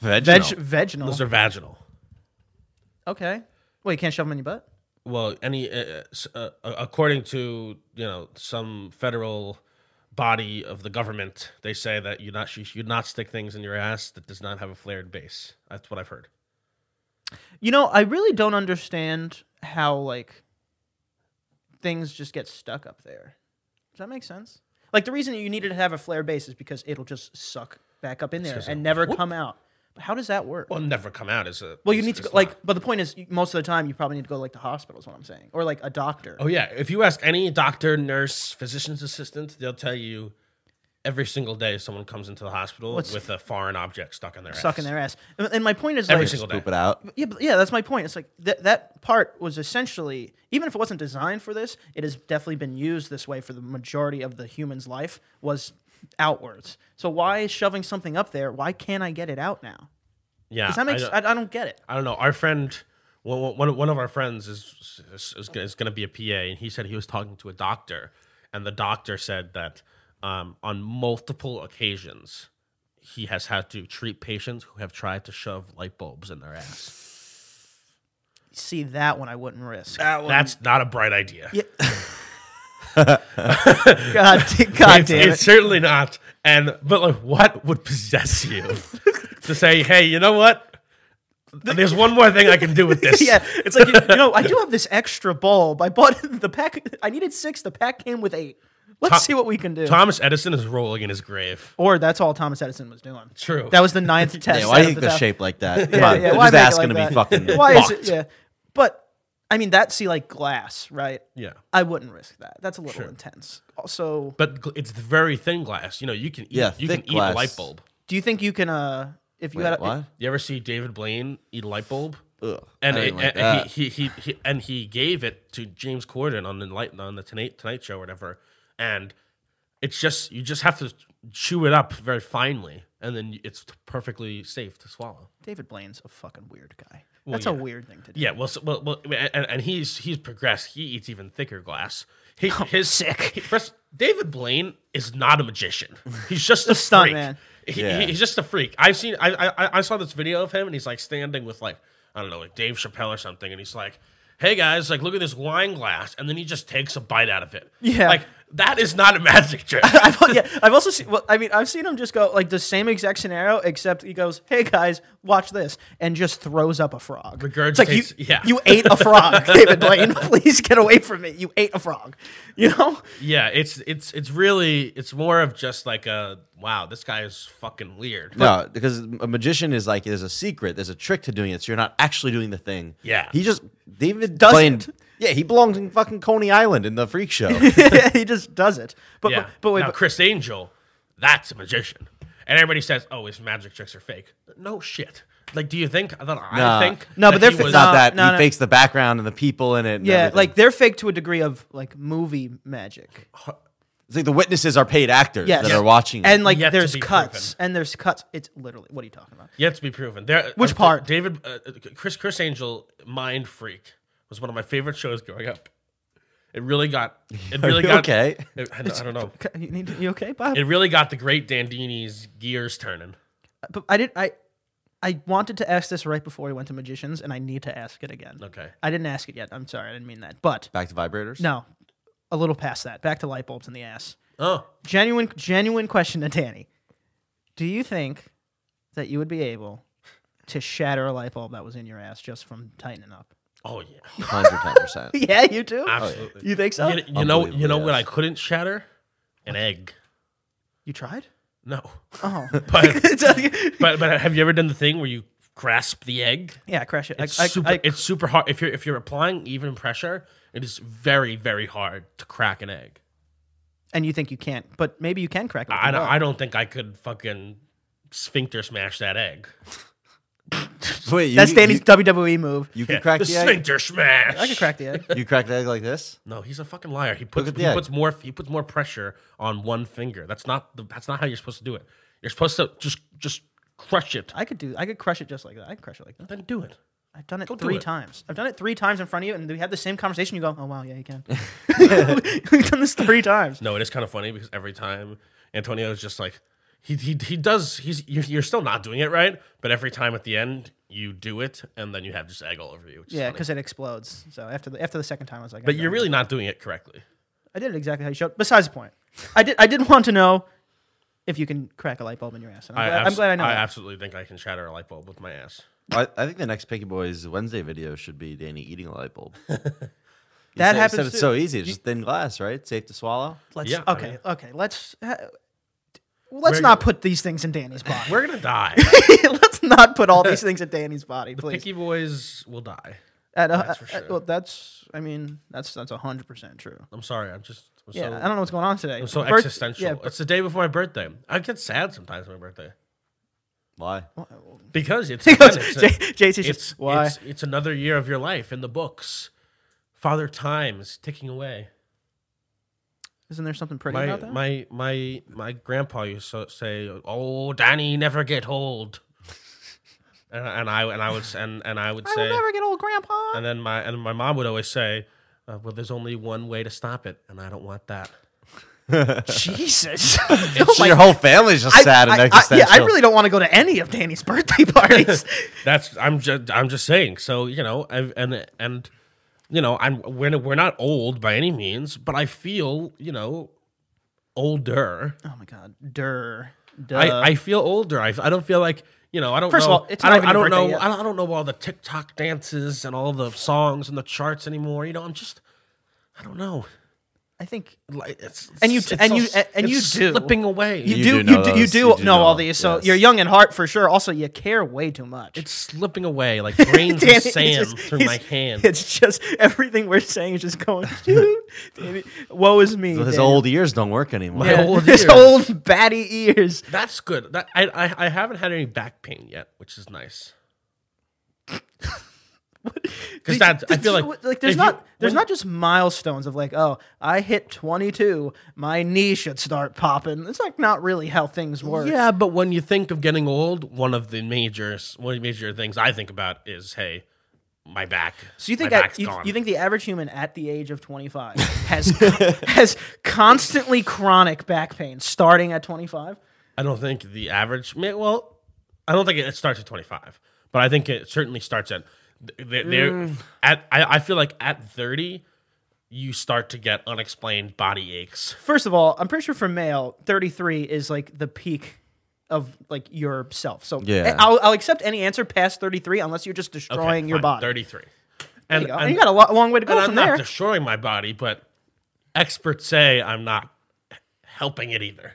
Speaker 3: veg,
Speaker 1: Vaginal.
Speaker 3: vaginal.
Speaker 2: Those are vaginal.
Speaker 3: okay. Well, you can't shove them in your butt.
Speaker 2: well any uh, s- uh, according to you know some federal body of the government they say that you not you should not stick things in your ass that does not have a flared base that's what i've heard
Speaker 3: You know, I really don't understand how like things just get stuck up there. Does that make sense? Like the reason you needed to have a flare base is because it'll just suck back up in there
Speaker 2: just
Speaker 3: and
Speaker 2: a
Speaker 3: never
Speaker 2: whoop.
Speaker 3: come out. But how does that work?
Speaker 2: well
Speaker 3: Well,
Speaker 2: never come out as a
Speaker 3: you
Speaker 2: is-
Speaker 3: need to
Speaker 2: is
Speaker 3: go, like,
Speaker 2: not.
Speaker 3: but the point is, you- most of the time you probably need to go like the hospital. Is what I'm saying, or like a doctor.
Speaker 2: oh yeah if you ask any doctor nurse physician's assistant they'll tell you every single day someone comes into the hospital
Speaker 3: What's-
Speaker 2: with a foreign object stuck in their
Speaker 3: Suck in
Speaker 2: ass.
Speaker 3: their ass. And and my point is,
Speaker 2: Every
Speaker 3: like,
Speaker 2: single
Speaker 1: Poop it out.
Speaker 3: Yeah, but yeah, that's my point. It's like that that part was essentially, even if it wasn't designed for this, it has definitely been used this way for the majority of the human's life was outwards. So why is shoving something up there? Why can't I get it out now?
Speaker 2: yeah
Speaker 3: Does that make?
Speaker 2: I
Speaker 3: s-
Speaker 2: don't-
Speaker 3: I, I don't get it.
Speaker 2: I don't know. Our friend, one, one, one of our friends is is, is, is going to be a PA, and he said he was talking to a doctor, and the doctor said that um, on multiple occasions he has had to treat patients who have tried to shove light bulbs in their ass.
Speaker 3: See that one I wouldn't
Speaker 2: [LAUGHS]
Speaker 3: risk.
Speaker 2: That's not a bright idea.
Speaker 3: Yeah. [LAUGHS] God, God
Speaker 2: it's,
Speaker 3: damn
Speaker 2: it's
Speaker 3: it!
Speaker 2: certainly not. And but like, what would possess
Speaker 3: [LAUGHS]
Speaker 2: you to say, "Hey, you know what? There's one more thing I can do with this."
Speaker 3: [LAUGHS] Yeah, it's like you, you know I do have this extra bulb. I bought [LAUGHS] the pack. I needed six. The pack came with eight. Let's
Speaker 2: Tom-
Speaker 3: see what we can
Speaker 2: [LAUGHS]
Speaker 3: do.
Speaker 2: Thomas Edison is rolling in his grave.
Speaker 3: or that's all Thomas Edison was doing.
Speaker 2: True.
Speaker 3: That was
Speaker 2: [LAUGHS]
Speaker 3: the ninth test.
Speaker 1: Yeah, why do you
Speaker 3: out of
Speaker 1: think they're
Speaker 3: top-
Speaker 1: shaped like that? Come
Speaker 3: [LAUGHS] Yeah,
Speaker 1: on,
Speaker 3: yeah,
Speaker 1: just
Speaker 3: why
Speaker 1: ask
Speaker 3: make it
Speaker 1: asking
Speaker 3: like
Speaker 1: to be
Speaker 3: that?
Speaker 1: fucking.
Speaker 3: [LAUGHS] Why is
Speaker 1: fucked.
Speaker 3: it? Yeah, but I mean that's see like glass, right?
Speaker 2: Yeah.
Speaker 3: I wouldn't risk that. That's a little intense. Also,
Speaker 2: But gl- it's the very thin glass. You know, you can eat,
Speaker 1: Yeah,
Speaker 2: you can
Speaker 1: thick
Speaker 2: eat a light
Speaker 1: glass.
Speaker 2: bulb.
Speaker 3: do you think you can? uh If you
Speaker 1: Wait,
Speaker 3: had a,
Speaker 1: what?
Speaker 2: You ever see David Blaine eat a light bulb?
Speaker 1: Ugh,
Speaker 2: And,
Speaker 1: I
Speaker 2: it,
Speaker 1: didn't like
Speaker 2: and
Speaker 1: that.
Speaker 2: he, he, he, he and he gave it to James Corden on the Enlighten on the Tonight Tonight Show or whatever. And it's just you just have to chew it up very finely, and then it's perfectly safe to swallow.
Speaker 3: David Blaine's a fucking weird guy. That's a
Speaker 2: yeah.
Speaker 3: weird thing to do.
Speaker 2: Yeah, well, so, well, well and, and he's he's progressed. He eats even thicker glass. He, his
Speaker 3: Oh, sick.
Speaker 2: he- first, David Blaine is not a magician. He's
Speaker 3: [LAUGHS]
Speaker 2: just a
Speaker 3: stunt
Speaker 2: freak.
Speaker 3: man.
Speaker 2: He,
Speaker 1: Yeah.
Speaker 2: he- he's just a freak. I've seen. I, I I- I saw this video of him, and he's like standing with like I don't know, like Dave Chappelle or something, and he's like. Hey guys, like look at this wine glass, and then he just takes a bite out of it.
Speaker 3: Yeah.
Speaker 2: like That is not a magic
Speaker 3: [LAUGHS]
Speaker 2: trick.
Speaker 3: I've, yeah, I've also seen. Well, I mean, I've seen him just go like the same exact scenario, except he goes, "Hey guys, watch this," and just throws up a frog. It's like you,
Speaker 2: Regurgitates- yeah.
Speaker 3: you ate a frog,
Speaker 1: [LAUGHS]
Speaker 3: David Blaine. Please get away from me. You ate a frog. You
Speaker 1: [LAUGHS]
Speaker 3: know, [LAUGHS]
Speaker 2: yeah, it's it's it's really it's more of just like a wow, this guy is fucking weird.
Speaker 1: No, because a magician is like there's a secret, there's a trick to doing it, so you're not actually doing the thing.
Speaker 2: Yeah.
Speaker 1: He just David
Speaker 3: Does
Speaker 1: Blaine-
Speaker 3: it.
Speaker 1: Yeah, he belongs in fucking Coney Island in the freak
Speaker 3: [LAUGHS]
Speaker 1: show.
Speaker 3: he just does it. But
Speaker 2: yeah.
Speaker 3: but, [LAUGHS] but wait,
Speaker 2: now,
Speaker 3: but-
Speaker 2: Chris Angel, that's a magician, and everybody says, "Oh, his magic tricks are fake." No shit. Like, do you think that I
Speaker 1: Nah.
Speaker 2: think?
Speaker 3: No,
Speaker 2: that
Speaker 3: but they're
Speaker 2: he
Speaker 3: fa-
Speaker 1: it's
Speaker 2: was-
Speaker 1: not
Speaker 3: No,
Speaker 1: that
Speaker 3: no,
Speaker 1: he
Speaker 3: no.
Speaker 1: fakes the background and the people in it. and
Speaker 3: yeah,
Speaker 1: everything.
Speaker 3: like they're fake to a degree of like movie magic.
Speaker 1: it's like the witnesses are paid actors
Speaker 3: Yes,
Speaker 1: Oh, that are watching. it.
Speaker 3: and like
Speaker 2: Yet to
Speaker 3: there's
Speaker 2: be
Speaker 3: cuts, and there's cuts. It's literally what are you talking about?
Speaker 2: Yet to be proven. There,
Speaker 3: Which
Speaker 2: uh,
Speaker 3: part?
Speaker 2: David, uh, uh, Chris, Chris Angel, Mind Freak was one of my favorite shows growing up. It really got. It
Speaker 1: Are
Speaker 2: really
Speaker 1: you
Speaker 2: got.
Speaker 1: okay?
Speaker 2: It, I, don't- I don't know.
Speaker 3: Okay, You, need, you okay, Bob?
Speaker 2: It really got the great Dandini's gears turning.
Speaker 3: but I didn't. I I wanted to ask this right before we went to magicians, and I need to ask it again.
Speaker 2: Okay.
Speaker 3: I didn't ask it yet. I'm sorry. I didn't mean that. But
Speaker 1: Back to vibrators.
Speaker 3: no, a little past that. Back to light bulbs in the ass.
Speaker 2: Oh,
Speaker 3: Genuine, genuine question to Danny. Do you think that you would be able to shatter a light bulb that was in your ass just from tightening up? [LAUGHS]
Speaker 2: oh yeah,
Speaker 1: hundred ten percent.
Speaker 3: Yeah, you do.
Speaker 2: absolutely.
Speaker 3: You think so?
Speaker 2: You, you know, you
Speaker 1: Unbelievable,
Speaker 2: know what
Speaker 1: yes.
Speaker 2: I couldn't shatter? An egg.
Speaker 3: You tried?
Speaker 2: No, [LAUGHS]
Speaker 3: [LAUGHS] Oh,
Speaker 2: but
Speaker 3: It's like-
Speaker 2: but but have you ever done the thing where you grasp the egg?
Speaker 3: yeah, crash it. I-
Speaker 2: It's
Speaker 3: I-
Speaker 2: super.
Speaker 3: I-
Speaker 2: it's super hard if you're if you're applying even pressure. It is very very hard to crack an egg.
Speaker 3: and you think you can't, but maybe you can crack it. with
Speaker 2: I
Speaker 3: a
Speaker 2: don't,
Speaker 3: rock.
Speaker 2: I don't think I could fucking sphincter smash that egg.
Speaker 1: Wait, you,
Speaker 3: That's Danny's
Speaker 1: You,
Speaker 3: WWE move.
Speaker 1: you can crack
Speaker 2: the
Speaker 1: the,
Speaker 3: [LAUGHS]
Speaker 1: egg.
Speaker 2: sphincter smash.
Speaker 3: I could crack the [LAUGHS] egg.
Speaker 1: You crack the egg like this.
Speaker 2: No, he's a fucking liar. He puts
Speaker 1: at the
Speaker 2: he
Speaker 1: egg.
Speaker 2: puts more he puts more pressure on one finger. That's not the, that's not how you're supposed to do it. You're supposed to just just crush it.
Speaker 3: I could do. I could crush it just like that. I could crush it like that.
Speaker 2: Then do it.
Speaker 3: I've done it
Speaker 2: do
Speaker 3: three
Speaker 2: it.
Speaker 3: times. I've done it three times in front of you, and we had the same conversation. You go, "Oh wow, yeah, you [LAUGHS] can." We've done this three times.
Speaker 2: No, it is kind of funny because every time Antonio is just like he he, he does he's you're, you're still not doing it right, but every time at the end you do it and then you have just egg all over you. Which is
Speaker 3: Yeah,
Speaker 2: funny.
Speaker 3: because it explodes. So after the after the second time, I was like,
Speaker 2: but
Speaker 3: "I'm
Speaker 2: you're
Speaker 3: done."
Speaker 2: really not doing it correctly.
Speaker 3: I did it exactly how you showed. Besides the point, I did. I did want to know if you can crack a light bulb in your ass. And I'm,
Speaker 2: I
Speaker 3: glad, I'm
Speaker 2: abs-
Speaker 3: glad I know.
Speaker 2: I
Speaker 3: that.
Speaker 2: absolutely think I can shatter a light bulb with my ass.
Speaker 1: I, I think the next Picky Boys Wednesday video should be Danny eating a light bulb. You
Speaker 3: That
Speaker 1: said- you
Speaker 3: happens
Speaker 1: Said it's
Speaker 3: too.
Speaker 1: so easy. It's just thin glass, right? Safe to swallow.
Speaker 3: let's
Speaker 2: Yeah, I
Speaker 3: okay.
Speaker 2: mean-
Speaker 3: okay, let's. Uh, let's
Speaker 2: We're-
Speaker 3: not put these things
Speaker 2: [LAUGHS]
Speaker 3: in Danny's body. [LAUGHS]
Speaker 2: We're gonna die.
Speaker 3: let's not put all these things in Danny's body, please.
Speaker 2: Picky boys will die.
Speaker 3: At a,
Speaker 2: That's for
Speaker 3: at-
Speaker 2: sure.
Speaker 3: well, that's. I mean, that's that's hundred percent true.
Speaker 2: I'm sorry. I'm just I'm
Speaker 3: Yeah,
Speaker 2: so,
Speaker 3: I don't know what's going on today.
Speaker 2: I'm so
Speaker 3: Birth-
Speaker 2: existential.
Speaker 3: Yeah, bir-
Speaker 2: it's the day before my birthday. I get sad sometimes on my birthday
Speaker 1: Why?
Speaker 2: because
Speaker 3: [LAUGHS]
Speaker 2: it's
Speaker 3: he goes,
Speaker 2: again, it's,
Speaker 3: J-
Speaker 2: a-
Speaker 3: JC's
Speaker 2: it's,
Speaker 3: just, why?
Speaker 2: it's it's another year of your life in the books. Father time is ticking away.
Speaker 3: Isn't there something pretty
Speaker 2: My
Speaker 3: about that?
Speaker 2: my my my grandpa used to say, "Oh, Danny, never get old," [LAUGHS] and, and I and I would s- and and I would
Speaker 3: I
Speaker 2: say,
Speaker 3: will never get old, Grandpa.
Speaker 2: [LAUGHS] and then my and my mom would always say, uh, "Well, there's only one way to stop it, and I don't want that."
Speaker 3: [LAUGHS] Jesus. Oh
Speaker 1: so your whole family's just sad and
Speaker 3: I, yeah,
Speaker 1: existential.
Speaker 3: I really don't want to go to any of Danny's [LAUGHS]
Speaker 2: [LAUGHS]
Speaker 3: birthday parties.
Speaker 2: That's I'm just I'm just saying. So you know, I've, and and you know, I'm we're we're not old by any means, but I feel you know older.
Speaker 3: oh my God, Durr. Duh.
Speaker 2: I, I feel older. I, I don't feel like you know. I don't.
Speaker 3: Uh-huh. First of
Speaker 2: know,
Speaker 3: all, it's
Speaker 2: I
Speaker 3: not
Speaker 2: don't.
Speaker 3: even
Speaker 2: I
Speaker 3: your
Speaker 2: don't know.
Speaker 3: birthday yet.
Speaker 2: I don't, I don't know all the TikTok dances and all the songs and the charts anymore. You know, I'm just. I don't know.
Speaker 3: I think
Speaker 2: Like it's
Speaker 3: And you-
Speaker 2: it's
Speaker 3: and you-
Speaker 2: s-
Speaker 3: and you
Speaker 2: it's
Speaker 3: do.
Speaker 2: slipping away.
Speaker 3: you,
Speaker 1: You
Speaker 3: do,
Speaker 1: do
Speaker 3: you
Speaker 1: know
Speaker 3: do you
Speaker 1: those.
Speaker 3: do
Speaker 1: You do
Speaker 3: know, all
Speaker 1: know,
Speaker 3: these. So
Speaker 1: yes.
Speaker 3: you're young at heart for sure. Also, you care way too much.
Speaker 2: it's slipping away
Speaker 3: [LAUGHS]
Speaker 2: like grains
Speaker 3: Danny,
Speaker 2: of
Speaker 3: it's
Speaker 2: sand
Speaker 3: just-
Speaker 2: through
Speaker 3: he's-
Speaker 2: my hand.
Speaker 3: It's just everything we're saying is just going. [LAUGHS] Dude, Danny, woe is me.
Speaker 1: His
Speaker 3: Danny.
Speaker 1: old ears don't work anymore.
Speaker 2: Yeah. old
Speaker 3: [LAUGHS] his
Speaker 2: ears.
Speaker 3: old batty
Speaker 2: [LAUGHS]
Speaker 3: ears.
Speaker 2: That's good. That I, I I haven't had any back pain yet, which is
Speaker 3: [LAUGHS]
Speaker 2: nice. Because that I
Speaker 3: Th-
Speaker 2: feel
Speaker 3: th-
Speaker 2: like
Speaker 3: there's
Speaker 2: if you-
Speaker 3: not there's
Speaker 2: when-
Speaker 3: not just milestones of like oh I hit 22 my knee should start popping. It's like not really how things work.
Speaker 2: yeah, but when you think of getting old, one of the major one of the major things I think about is hey, my back.
Speaker 3: So you think
Speaker 2: my
Speaker 3: I,
Speaker 2: back's
Speaker 3: you,
Speaker 2: gone.
Speaker 3: you think the average human at the age
Speaker 2: [LAUGHS]
Speaker 3: of 25 has has constantly chronic back pain starting at 25?
Speaker 2: I don't think the average. ma- Well, I don't think it starts at twenty five, but
Speaker 3: Mm.
Speaker 2: I think it certainly starts at. th- th- They're, at I, I feel like at thirty, you start to get unexplained body aches.
Speaker 3: First of all, I'm pretty sure for male, 33 is like the peak of like yourself. So eh,
Speaker 1: Yeah.
Speaker 3: I'll, I'll accept any answer past 33 unless you're just
Speaker 2: Okay,
Speaker 3: destroying your
Speaker 2: fine,
Speaker 3: body.
Speaker 2: 33.
Speaker 3: There
Speaker 2: And,
Speaker 3: you, go.
Speaker 2: and-
Speaker 3: And you got a lo- long way to go
Speaker 2: and I'm
Speaker 3: from
Speaker 2: not
Speaker 3: there.
Speaker 2: destroying my body, but experts say I'm not helping it either.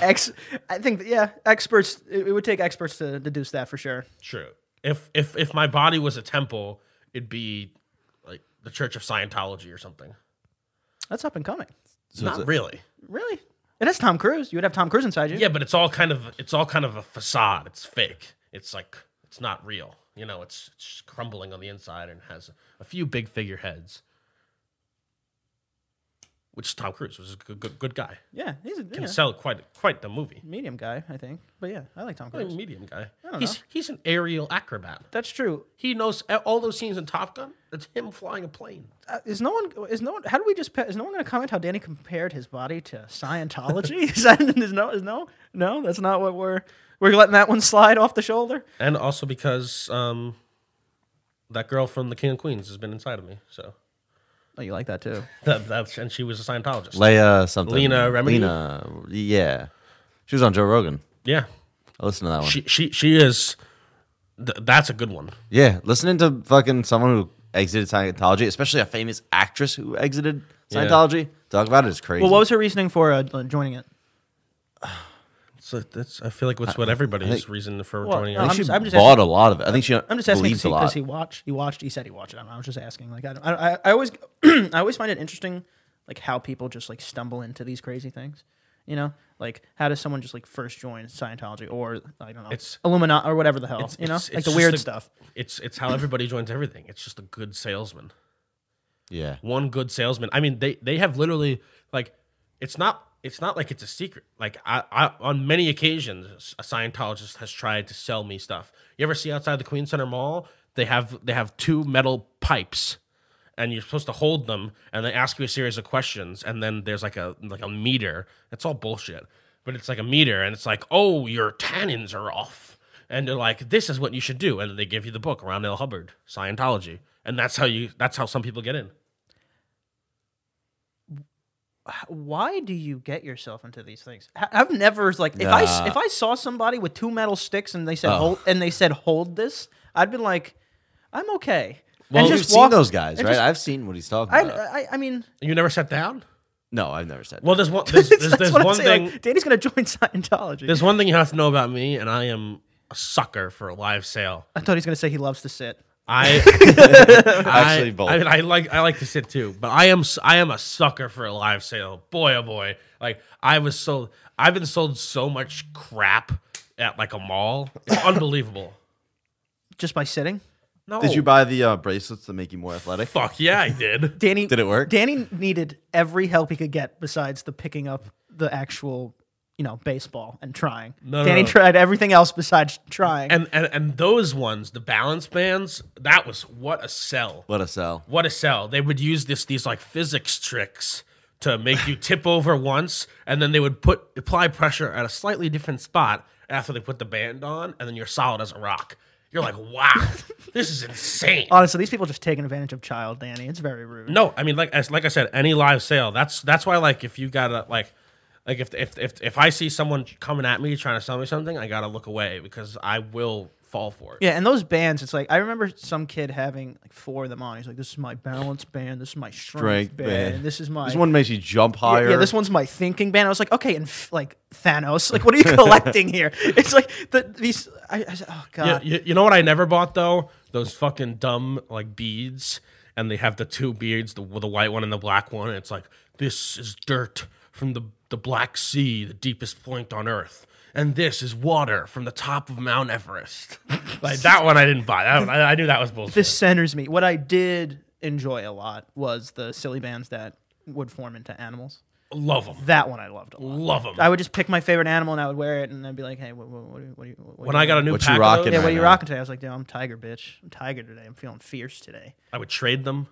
Speaker 3: Ex- I think yeah, experts. It, it would take experts to deduce that for sure.
Speaker 2: True. If if if my body was a temple, it'd be like the Church of Scientology or something.
Speaker 3: That's up and coming.
Speaker 1: So it's
Speaker 2: not
Speaker 1: a-
Speaker 2: really.
Speaker 3: Really? It has Tom Cruise. You would have Tom Cruise inside you.
Speaker 2: Yeah, but it's all kind of it's all kind of a facade. It's fake. It's like it's not real. You know, it's it's just crumbling on the inside and has a few big figureheads. Which Tom Cruise was a good good, good guy.
Speaker 3: Yeah, he's a
Speaker 2: Can
Speaker 3: yeah,
Speaker 2: sell quite quite the movie.
Speaker 3: medium guy, I think. But yeah, I like Tom
Speaker 2: Probably
Speaker 3: Cruise.
Speaker 2: medium guy.
Speaker 3: don't
Speaker 2: He's he's an aerial acrobat.
Speaker 3: That's true.
Speaker 2: He knows all those scenes in Top Gun. It's him flying a plane.
Speaker 3: Uh, is no one? Is no one? How do we just? pa- Is no one going to comment how Danny compared his body to [LAUGHS] Scientology? is that? Is no? Is no? No, that's not what we're. We're letting that one slide off the shoulder.
Speaker 2: And also because um, that girl from The King of Queens has been inside of me. So
Speaker 3: Oh, you like that too.
Speaker 2: that, that's and she was a
Speaker 1: [LAUGHS]
Speaker 2: Scientologist.
Speaker 1: Leia something.
Speaker 2: Lena Remini?
Speaker 1: Lena, yeah. She was on Joe Rogan.
Speaker 2: yeah,
Speaker 1: I listened to that one.
Speaker 2: she she she is. Th- that's a good one.
Speaker 1: yeah, listening to fucking someone who exited Scientology, especially a famous actress who exited
Speaker 2: Yeah.
Speaker 1: Scientology, talk about it is crazy.
Speaker 3: Well, what was her reasoning for uh, joining it?
Speaker 2: So that's I feel like what's what everybody's
Speaker 1: think-
Speaker 2: reason for
Speaker 3: Well,
Speaker 2: joining.
Speaker 3: no,
Speaker 2: us.
Speaker 1: I think she
Speaker 3: I'm just
Speaker 1: bought a lot of it. I think she
Speaker 3: I'm just asking
Speaker 1: believes a
Speaker 3: because
Speaker 1: lot.
Speaker 3: he watched. He watched. He said he watched it. I, don't know, I was just asking. Like I, don't, I, I- I always, [CLEARS THROAT] I always find it interesting, like how people just like stumble into these crazy things. You know, like how does someone just like first join Scientology or I don't know,
Speaker 2: It's-
Speaker 3: Illuminati or whatever the hell.
Speaker 2: It's-
Speaker 3: you know,
Speaker 2: it's-
Speaker 3: like
Speaker 2: it's
Speaker 3: the
Speaker 2: just
Speaker 3: weird
Speaker 2: a-
Speaker 3: stuff.
Speaker 2: It's it's how everybody joins everything. It's just a good salesman.
Speaker 1: yeah.
Speaker 2: one good salesman. I mean, they they have literally like it's not it's not like it's a secret. Like I, I on many occasions, a Scientologist has tried to sell me stuff. You ever see outside the Queen Center Mall? They have they have two metal pipes, and you're supposed to hold them, and they ask you a series of questions, and then there's like a like a meter. It's all bullshit, but it's like a meter, and it's like, oh, your tannins are off. And they're like, "This is what you should do," and they give you the book, Ron L. Hubbard, Scientology, and that's how you—that's how some people get in.
Speaker 3: Why do you get yourself into these things? I- I've never like if I s-
Speaker 1: Nah.
Speaker 3: if I saw somebody with two metal sticks and they said hold and they said hold this, I'd been like, I'm okay.
Speaker 1: Well,
Speaker 3: and
Speaker 1: you've
Speaker 3: just
Speaker 1: seen
Speaker 3: walk-
Speaker 1: those guys,
Speaker 3: and
Speaker 1: right?
Speaker 3: just-
Speaker 1: I've seen what he's talking
Speaker 3: I,
Speaker 1: about.
Speaker 3: I, I mean,
Speaker 2: You never sat down?
Speaker 1: no, I've never said.
Speaker 2: Well, there's [LAUGHS] one there's, there's,
Speaker 3: [LAUGHS] That's
Speaker 2: there's
Speaker 3: what I'm
Speaker 2: one
Speaker 3: saying,
Speaker 2: thing
Speaker 3: like, Danny's gonna join [LAUGHS] Scientology.
Speaker 2: there's one thing you have to know about me, and I am a sucker for a live sale.
Speaker 3: I thought he was gonna say he loves to sit.
Speaker 2: [LAUGHS] I
Speaker 1: Actually,
Speaker 2: I,
Speaker 1: both.
Speaker 2: I, mean, I like I like to sit too, but I am s- I am a sucker for a live sale. Boy, oh boy! Like I was sold. I've been sold so much crap at like a mall. [LAUGHS] It's unbelievable.
Speaker 3: Just by sitting,
Speaker 2: No,
Speaker 1: Did you buy the uh, bracelets to make you more athletic?
Speaker 2: Fuck yeah, I did.
Speaker 3: Danny
Speaker 1: Did it work?
Speaker 3: Danny needed every help he could get besides the picking up the actual, you know, baseball and trying.
Speaker 2: No, no,
Speaker 3: Danny
Speaker 2: no.
Speaker 3: tried everything else besides trying.
Speaker 2: And, and and those ones, the balance bands, that was what a sell.
Speaker 1: What a sell.
Speaker 2: what a sell. They would use this these like physics tricks to make you tip [LAUGHS] over once, and then they would put apply pressure at a slightly different spot after they put the band on, and then you're solid as a rock. You're like, wow, this is insane.
Speaker 3: Honestly, these people just taking advantage of child Danny. It's very rude.
Speaker 2: No, I mean, like as like I said, any live sale. That's that's why like if you gotta like. Like if, if if if I see someone coming at me trying to sell me something, I gotta look away because I will fall for it.
Speaker 3: Yeah, and those bands, it's like I remember some kid having like four of them on. He's like, "This is my balance band. This is my strength,
Speaker 1: Strength
Speaker 3: band.
Speaker 1: band.
Speaker 3: This is my
Speaker 1: This one makes you jump
Speaker 3: Yeah,
Speaker 1: higher.
Speaker 3: Yeah, this one's my thinking band. I was like, okay, and f- like Thanos, like what are you [LAUGHS] collecting here? It's like the, these. I, I said, oh
Speaker 2: Yeah,
Speaker 3: god,
Speaker 2: you, you know what I never bought though? Those fucking dumb like beads, and they have the two beards, the the white one and the black one. And it's like this is dirt from the the Black Sea, the deepest point on Earth, and this is water from the top of Mount
Speaker 3: [LAUGHS]
Speaker 2: Everest. like that one, I didn't buy. That one, I, I knew that was bullshit.
Speaker 3: this centers me. What I did enjoy a lot was the silly bands that would form into animals.
Speaker 2: love them,
Speaker 3: That one I loved a lot.
Speaker 2: love them.
Speaker 3: I would just pick my favorite animal and I would wear it, and I'd be like, hey, what, what, what, are you- what, are you- what,
Speaker 2: when I got a new
Speaker 1: What you
Speaker 2: pack, of
Speaker 1: rocking
Speaker 2: those,
Speaker 3: yeah, what are
Speaker 1: right
Speaker 3: you
Speaker 1: now.
Speaker 3: rocking today? I was like, dude, I'm tiger, bitch. I'm tiger today. I'm feeling fierce today.
Speaker 2: I would trade them.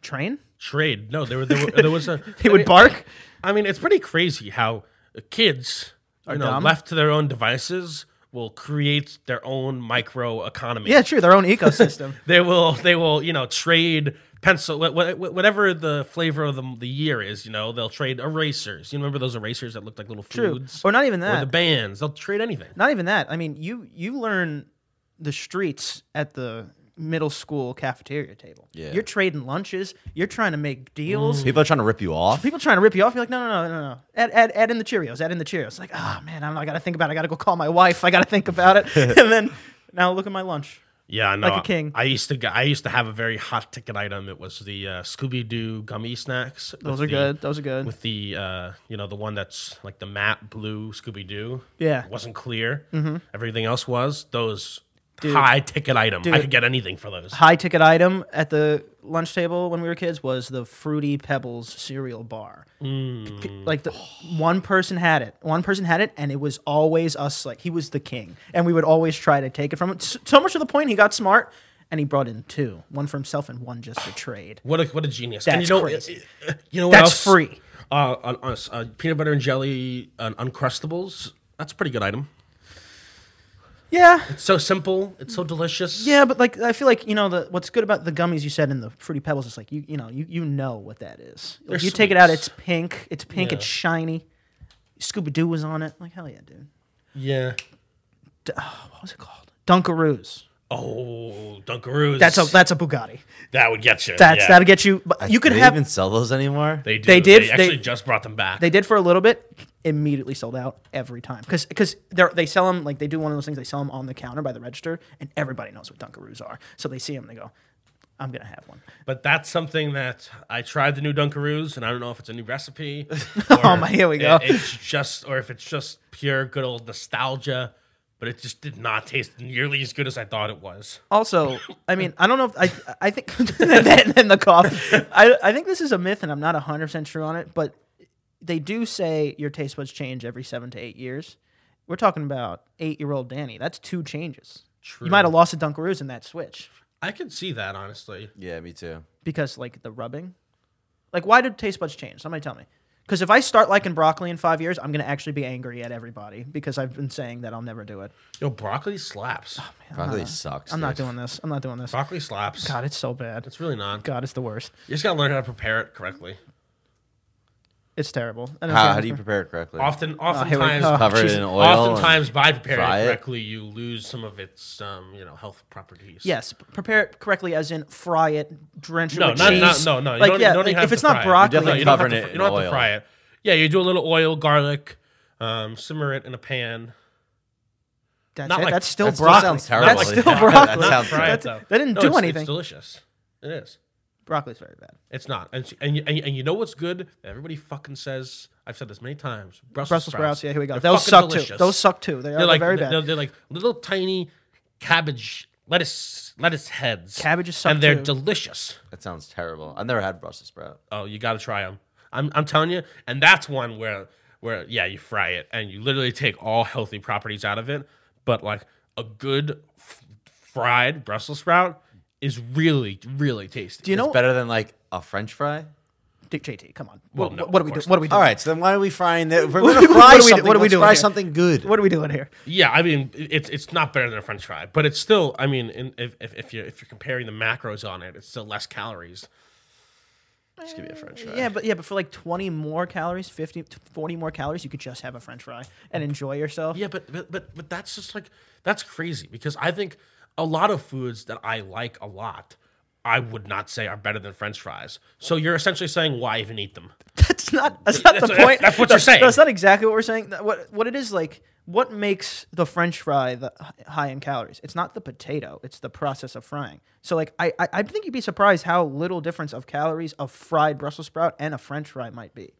Speaker 3: Train?
Speaker 2: Trade? No, there were there, were, there was
Speaker 3: [LAUGHS]
Speaker 2: a.
Speaker 3: He would bark.
Speaker 2: I mean, it's pretty crazy how kids, you know,
Speaker 3: dumb.
Speaker 2: left to their own devices, will create their own micro economy. [LAUGHS]
Speaker 3: Yeah, true. Their own ecosystem.
Speaker 2: They will. They will. You know, trade pencil, wha- wha- wha- whatever the flavor of the, the year is, you know, they'll trade erasers. You remember those erasers that looked like little
Speaker 3: True.
Speaker 2: foods?
Speaker 3: Or not even that.
Speaker 2: Or the bands. They'll trade anything.
Speaker 3: not even that. I mean, you you learn the streets at the middle school cafeteria table.
Speaker 1: Yeah. Mm.
Speaker 3: You're trading lunches. You're trying to make deals.
Speaker 1: People are trying to rip you off.
Speaker 3: People trying to rip you off. You're like, no, no, no, no, no. Add, add, add in the Cheerios. Add in the Cheerios. Like, ah, man, I'm, I got to think about it. I got to go call my wife. I got to think about it. and then now look at my lunch.
Speaker 2: Yeah, no,
Speaker 3: Like a king.
Speaker 2: I used to g- I used to have a very hot ticket item. It was the uh, Scooby Doo gummy snacks. with
Speaker 3: Those are
Speaker 2: the-
Speaker 3: good. Those are good.
Speaker 2: With the uh, you know the one that's like the matte blue Scooby Doo.
Speaker 3: Yeah. Mm-hmm.
Speaker 2: it wasn't clear. Everything else was those high ticket item. I could get anything for those.
Speaker 3: High ticket item at the lunch table when we were kids was the Fruity Pebbles cereal bar. P- Like the one person had it. One person had it, and it was always us. Like he was the king, and we would always try to take it from him. S- So much to the point he got smart, and he brought in two, one for himself and one just for trade.
Speaker 2: What a what a genius! and you
Speaker 3: That's
Speaker 2: know,
Speaker 3: crazy.
Speaker 2: you know what
Speaker 3: That's
Speaker 2: else?
Speaker 3: free.
Speaker 2: Uh, on, on, uh, peanut butter and jelly, uh, uncrustables. That's a pretty good item.
Speaker 3: Yeah,
Speaker 2: It's so simple. It's so delicious.
Speaker 3: yeah, but like I feel like you know the what's good about the gummies you said in the Fruity Pebbles is like you you know you you know what that is. Like,
Speaker 2: They're
Speaker 3: you take it out,
Speaker 2: sweets.
Speaker 3: it's pink. It's pink.
Speaker 2: Yeah.
Speaker 3: It's shiny. Scooby Doo was on it. Like hell yeah, dude.
Speaker 2: yeah.
Speaker 3: D- oh, what was it called? Dunkaroos.
Speaker 2: Oh, Dunkaroos.
Speaker 3: That's a that's a Bugatti.
Speaker 2: that would get you.
Speaker 3: That's
Speaker 2: yeah.
Speaker 3: that'll get you. But you could
Speaker 1: Do they
Speaker 3: have.
Speaker 1: even sell those anymore?
Speaker 2: They, do.
Speaker 3: They did-
Speaker 2: They actually
Speaker 3: they-
Speaker 2: just brought them back.
Speaker 3: they did for a little bit. Immediately sold out every time because because they they sell them like they do one of those things. They sell them on the counter by the register, and everybody knows what Dunkaroos are. So they see them, they go, "I'm gonna have one."
Speaker 2: but that's something that I tried the new Dunkaroos, and I don't know if it's a new
Speaker 3: [LAUGHS]
Speaker 2: recipe.
Speaker 3: Oh
Speaker 2: or
Speaker 3: my, here we
Speaker 2: it-
Speaker 3: go.
Speaker 2: it's just, or if it's just pure good old nostalgia. But it just did not taste nearly as good as I thought it was.
Speaker 3: Also, I mean, I don't know if I I think [LAUGHS] and then- then the cough. I I think this is a myth, and I'm not 100 percent true on it, but they do say your taste buds change every seven to eight years. We're talking about eight year old Danny. That's two changes.
Speaker 2: True.
Speaker 3: You might have lost a Dunkaroos in that switch
Speaker 2: I could see that honestly.
Speaker 1: yeah, me too.
Speaker 3: because like the rubbing. Like, why do taste buds change? Somebody tell me. Because if I start liking broccoli in five years, I'm gonna actually be angry at everybody because I've been saying that I'll never do it.
Speaker 2: Yo, broccoli slaps.
Speaker 1: Broccoli sucks.
Speaker 3: I'm not
Speaker 1: dude.
Speaker 3: doing this. I'm not doing this.
Speaker 2: Broccoli slaps.
Speaker 3: God, it's so bad.
Speaker 2: It's really not.
Speaker 3: God, it's the worst.
Speaker 2: You just gotta learn how to prepare it correctly.
Speaker 3: It's terrible. I don't
Speaker 1: How,
Speaker 3: care.
Speaker 1: how do you prepare it correctly?
Speaker 2: Often,
Speaker 3: Oh, here we
Speaker 2: oftentimes,
Speaker 3: go.
Speaker 1: Cover it
Speaker 3: Jesus.
Speaker 1: in oil. and-
Speaker 2: oftentimes by preparing
Speaker 1: fry
Speaker 2: it
Speaker 1: it.
Speaker 2: correctly, you lose some of its, um, you know, health properties.
Speaker 3: Yes, prepare it correctly, as in fry it, drench it
Speaker 2: No,
Speaker 3: with
Speaker 2: not,
Speaker 3: cheese.
Speaker 2: not, no, no. You
Speaker 3: like
Speaker 2: don't,
Speaker 3: yeah,
Speaker 2: you don't
Speaker 3: like,
Speaker 2: even have
Speaker 3: if it's
Speaker 2: to
Speaker 3: not
Speaker 2: fry
Speaker 1: definitely
Speaker 2: it.
Speaker 3: broccoli,
Speaker 2: No, you don't have
Speaker 1: covering
Speaker 2: to,
Speaker 1: it
Speaker 2: you don't
Speaker 1: in
Speaker 2: have to
Speaker 1: oil.
Speaker 2: fry it. Yeah, you do a little oil, garlic, um, simmer it in a pan.
Speaker 3: that's
Speaker 2: not
Speaker 3: it.
Speaker 2: like-
Speaker 3: that's still
Speaker 1: that still
Speaker 3: broccoli.
Speaker 1: sounds
Speaker 3: That's
Speaker 1: terrible.
Speaker 2: [LAUGHS]
Speaker 3: still
Speaker 1: Yeah, that
Speaker 3: broccoli.
Speaker 1: sounds
Speaker 2: Fry
Speaker 1: bad.
Speaker 2: it,
Speaker 3: That's-
Speaker 2: though.
Speaker 3: that didn't
Speaker 2: No,
Speaker 3: do
Speaker 2: it's-
Speaker 3: anything.
Speaker 2: It's delicious. It is.
Speaker 3: Broccoli's very bad.
Speaker 2: It's not. And, it's- and, you- and, you- and you know what's good? Everybody fucking says, I've said this many times Brussels,
Speaker 3: Brussels sprouts. Yeah, here we go.
Speaker 2: They're
Speaker 3: Those
Speaker 2: fucking
Speaker 3: suck too.
Speaker 2: delicious.
Speaker 3: Those suck too. They are
Speaker 2: They're like,
Speaker 3: very
Speaker 2: they're,
Speaker 3: bad.
Speaker 2: they're like little tiny cabbage, lettuce, lettuce heads.
Speaker 3: Cabbages suck
Speaker 2: And they're
Speaker 3: too.
Speaker 2: delicious.
Speaker 1: That sounds terrible. I've never had Brussels sprout.
Speaker 2: Oh, you got to try them. I'm, I'm telling you, and that's one where where yeah, you fry it and you literally take all healthy properties out of it. But like a good f- fried Brussels sprout is really really tasty.
Speaker 3: do you know?
Speaker 1: It's better than like a French fry.
Speaker 3: Dick JT, come on.
Speaker 2: Well,
Speaker 3: what,
Speaker 2: no,
Speaker 3: what are
Speaker 2: of
Speaker 3: we doing?
Speaker 2: course
Speaker 3: What are we doing?
Speaker 1: All right, so then why are we frying that? [LAUGHS] We're
Speaker 3: What
Speaker 1: gonna
Speaker 3: do
Speaker 1: fry
Speaker 3: we- what do we do-
Speaker 1: something.
Speaker 3: what do we
Speaker 1: Let's
Speaker 3: do
Speaker 1: Fry
Speaker 3: here?
Speaker 1: something good.
Speaker 3: What are we doing here?
Speaker 2: Yeah, I mean it's it's not better than a French fry, but it's still. I mean, in, if, if if you if you're comparing the macros on it, it's still less calories. Just give me a French fry.
Speaker 3: Yeah, but yeah, but for like 20 more calories, 50, 40 more calories, you could just have a French fry and enjoy yourself.
Speaker 2: Yeah, but but but but that's just like that's crazy because I think a lot of foods that I like a lot, I would not say are better than French fries. So you're essentially saying why even eat them?
Speaker 3: [LAUGHS] That's not. That's not the
Speaker 2: That's-
Speaker 3: point.
Speaker 2: that's what you're
Speaker 3: No,
Speaker 2: saying.
Speaker 3: That's not exactly what we're saying. That- What what it is like. What makes the French fry the h- high in calories? It's not the potato. It's the process of frying. So like I, I I think you'd be surprised how little difference of calories a fried Brussels sprout and a French fry might be.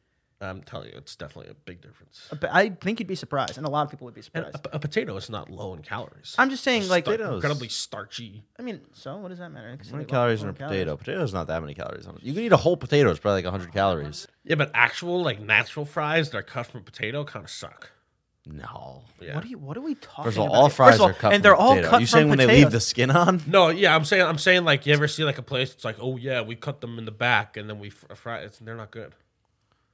Speaker 2: I'm telling you, it's definitely a big difference.
Speaker 3: But I think you'd be surprised, and a lot of people would be
Speaker 2: And
Speaker 3: surprised.
Speaker 2: a, a potato is not low in calories.
Speaker 3: I'm just saying, like,
Speaker 2: It's
Speaker 3: I
Speaker 1: Potatoes.
Speaker 2: incredibly starchy.
Speaker 3: mean, so what does that matter?
Speaker 1: How many calories in a potato? Potato's not that many calories. on it. You can eat a whole potato. It's probably like
Speaker 2: Oh,
Speaker 1: 100 calories.
Speaker 2: Yeah, but actual like natural fries that are cut from potato kind of suck.
Speaker 1: No.
Speaker 2: Yeah.
Speaker 3: What are you? What are we talking
Speaker 1: First of all,
Speaker 3: about?
Speaker 1: all
Speaker 3: here?
Speaker 1: fries
Speaker 3: First of all,
Speaker 1: are cut
Speaker 3: and
Speaker 1: from
Speaker 3: they're all
Speaker 1: potato.
Speaker 3: cut
Speaker 1: you
Speaker 3: from
Speaker 1: saying when [LAUGHS] they leave the
Speaker 3: potatoes.
Speaker 1: skin on?
Speaker 2: No, yeah, I'm saying I'm saying like you ever see like a place it's like oh yeah we cut them in the back and then we fr- fry it and they're not good.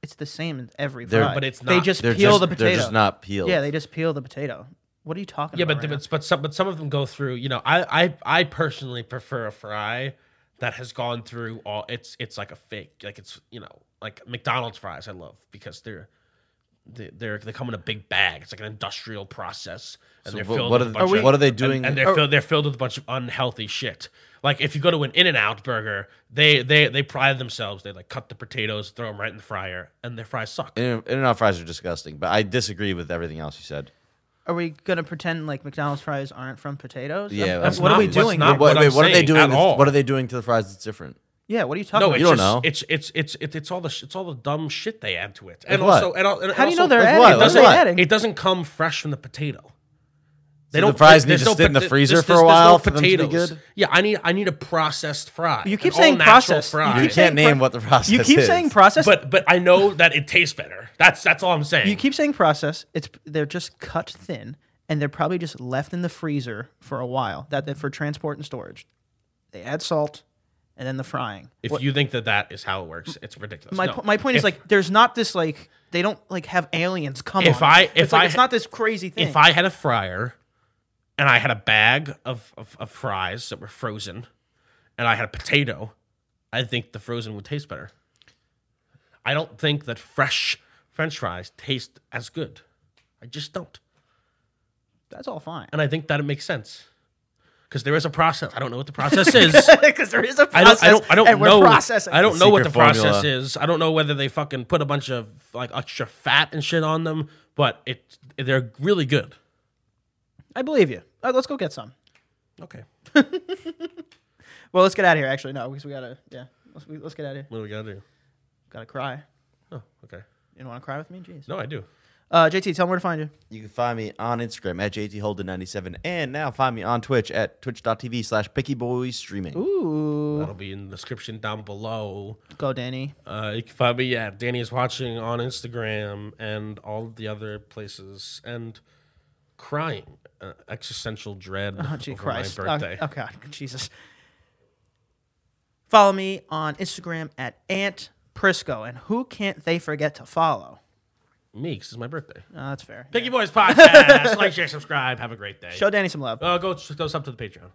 Speaker 3: It's the same in every
Speaker 1: They're-
Speaker 3: fry.
Speaker 2: but it's
Speaker 3: They
Speaker 2: not.
Speaker 3: just
Speaker 1: They're
Speaker 3: peel
Speaker 1: just,
Speaker 3: the potato.
Speaker 1: They're just not peeled.
Speaker 3: Yeah, they just peel the potato. What are you talking
Speaker 2: Yeah,
Speaker 3: about?
Speaker 2: but
Speaker 3: right
Speaker 2: but, but some but some of them go through. You know, I I I personally prefer a fry that has gone through all it's it's like a fake like it's you know like McDonald's fries I love because they're they- they're they come in a big bag it's like an industrial process and
Speaker 1: So
Speaker 2: they're
Speaker 1: wha-
Speaker 2: filled
Speaker 1: what
Speaker 2: with
Speaker 1: are the-
Speaker 2: a bunch
Speaker 1: are we-
Speaker 2: of,
Speaker 1: what are they
Speaker 2: and-
Speaker 1: doing-
Speaker 2: and,
Speaker 3: Oh.
Speaker 2: they're filled they're filled with a bunch of unhealthy shit like if you go to an in and out burger they they they pride themselves they like cut the potatoes throw them right in the fryer and their fries suck
Speaker 1: In and out fries are disgusting, but I disagree with everything else you said.
Speaker 3: Are we gonna pretend like McDonald's fries aren't from potatoes?
Speaker 1: Yeah,
Speaker 3: That's-
Speaker 1: that's
Speaker 3: what are
Speaker 1: not-
Speaker 3: we
Speaker 1: that's
Speaker 3: doing?
Speaker 2: not-
Speaker 3: here?
Speaker 2: what
Speaker 1: Wait,
Speaker 2: I'm
Speaker 1: wait, what are they
Speaker 2: saying
Speaker 1: doing?
Speaker 2: at
Speaker 1: that's-
Speaker 2: all.
Speaker 1: What are they doing to the fries that's different?
Speaker 3: yeah, what are you talking
Speaker 2: No, it's
Speaker 3: about?
Speaker 1: You don't
Speaker 2: just,
Speaker 1: know.
Speaker 2: It's it's it's it's it's all the sh- it's all the dumb shit they add to it, and
Speaker 1: what?
Speaker 2: also and, al- and
Speaker 3: How do you
Speaker 2: also-
Speaker 3: know they're
Speaker 1: Like
Speaker 3: adding?
Speaker 1: what?
Speaker 3: It doesn't
Speaker 1: Like
Speaker 3: say
Speaker 1: what?
Speaker 3: adding.
Speaker 2: It doesn't come fresh from the potato. They
Speaker 1: So the fries need
Speaker 2: there's
Speaker 1: to sit in the
Speaker 2: pota-
Speaker 1: freezer
Speaker 2: there's-
Speaker 1: for a
Speaker 2: there's no
Speaker 1: while for them to be good?
Speaker 2: Yeah, I need I need a processed fry.
Speaker 3: You keep
Speaker 2: an all
Speaker 3: saying
Speaker 2: natural
Speaker 3: processed. You
Speaker 2: fry.
Speaker 1: You
Speaker 3: keep saying
Speaker 1: can't name
Speaker 3: pro-
Speaker 1: what the process.
Speaker 3: you keep
Speaker 1: is.
Speaker 3: saying process.
Speaker 2: but but I know that it tastes better. That's that's all I'm saying.
Speaker 3: you keep saying process. It's they're just cut thin, and they're probably just left in the freezer for a while. That that for transport and storage. They add salt, and then the frying.
Speaker 2: if you think that that is how it works, it's ridiculous.
Speaker 3: my
Speaker 2: No.
Speaker 3: po- my point is
Speaker 2: If-
Speaker 3: like there's not this like they don't like have aliens come.
Speaker 2: If
Speaker 3: on
Speaker 2: I-
Speaker 3: us.
Speaker 2: if
Speaker 3: it's like,
Speaker 2: I-
Speaker 3: it's not this crazy thing.
Speaker 2: if I had a fryer and I had a bag of, of, of fries that were frozen and I had a potato, I think the frozen would taste better. I don't think that fresh french fries taste as good. I just don't.
Speaker 3: that's all fine. [LAUGHS]
Speaker 2: And I think that it makes sense. Because there is a process. I don't know what the process
Speaker 3: [LAUGHS]
Speaker 2: is.
Speaker 3: Because there is a
Speaker 2: I
Speaker 3: process.
Speaker 2: don't, I don't, I don't
Speaker 3: and
Speaker 2: know.
Speaker 3: We're processing.
Speaker 2: I don't know what the
Speaker 1: Secret formula.
Speaker 2: process is. I don't know whether they fucking put a bunch of like extra fat and shit on them, but it they're really good.
Speaker 3: I believe you. Uh, let's go get some.
Speaker 2: Okay.
Speaker 3: Well, let's get out of here. Actually, no, because we gotta. Yeah, let's, we, let's get out of here.
Speaker 2: What do we gotta do?
Speaker 3: Gotta cry.
Speaker 2: Oh, okay.
Speaker 3: You don't want to cry with me? Jeez.
Speaker 2: No, I do.
Speaker 3: Uh, JT, tell them where to find you.
Speaker 1: You can find me on Instagram at jtholden97, and now find me on Twitch at twitch.tv slash pickyboy streaming.
Speaker 3: Ooh.
Speaker 2: That'll be in the description down below.
Speaker 3: Go, Danny.
Speaker 2: Uh, you can find me, yeah, Danny is watching on Instagram and all the other places and crying, uh, existential dread
Speaker 3: Oh,
Speaker 2: oh,
Speaker 3: gee,
Speaker 2: over
Speaker 3: Christ.
Speaker 2: my
Speaker 3: Oh,
Speaker 2: birthday.
Speaker 3: Oh, God. Jesus. Follow me on Instagram at Aunt Prisco. And who can't they forget to follow?
Speaker 2: Me, 'cause it's my birthday.
Speaker 3: Uh, that's fair.
Speaker 2: [LAUGHS] Piggy Boys Podcast. like, share, subscribe. Have a great day.
Speaker 3: Show Danny some love.
Speaker 2: uh, go, go sub to the Patreon.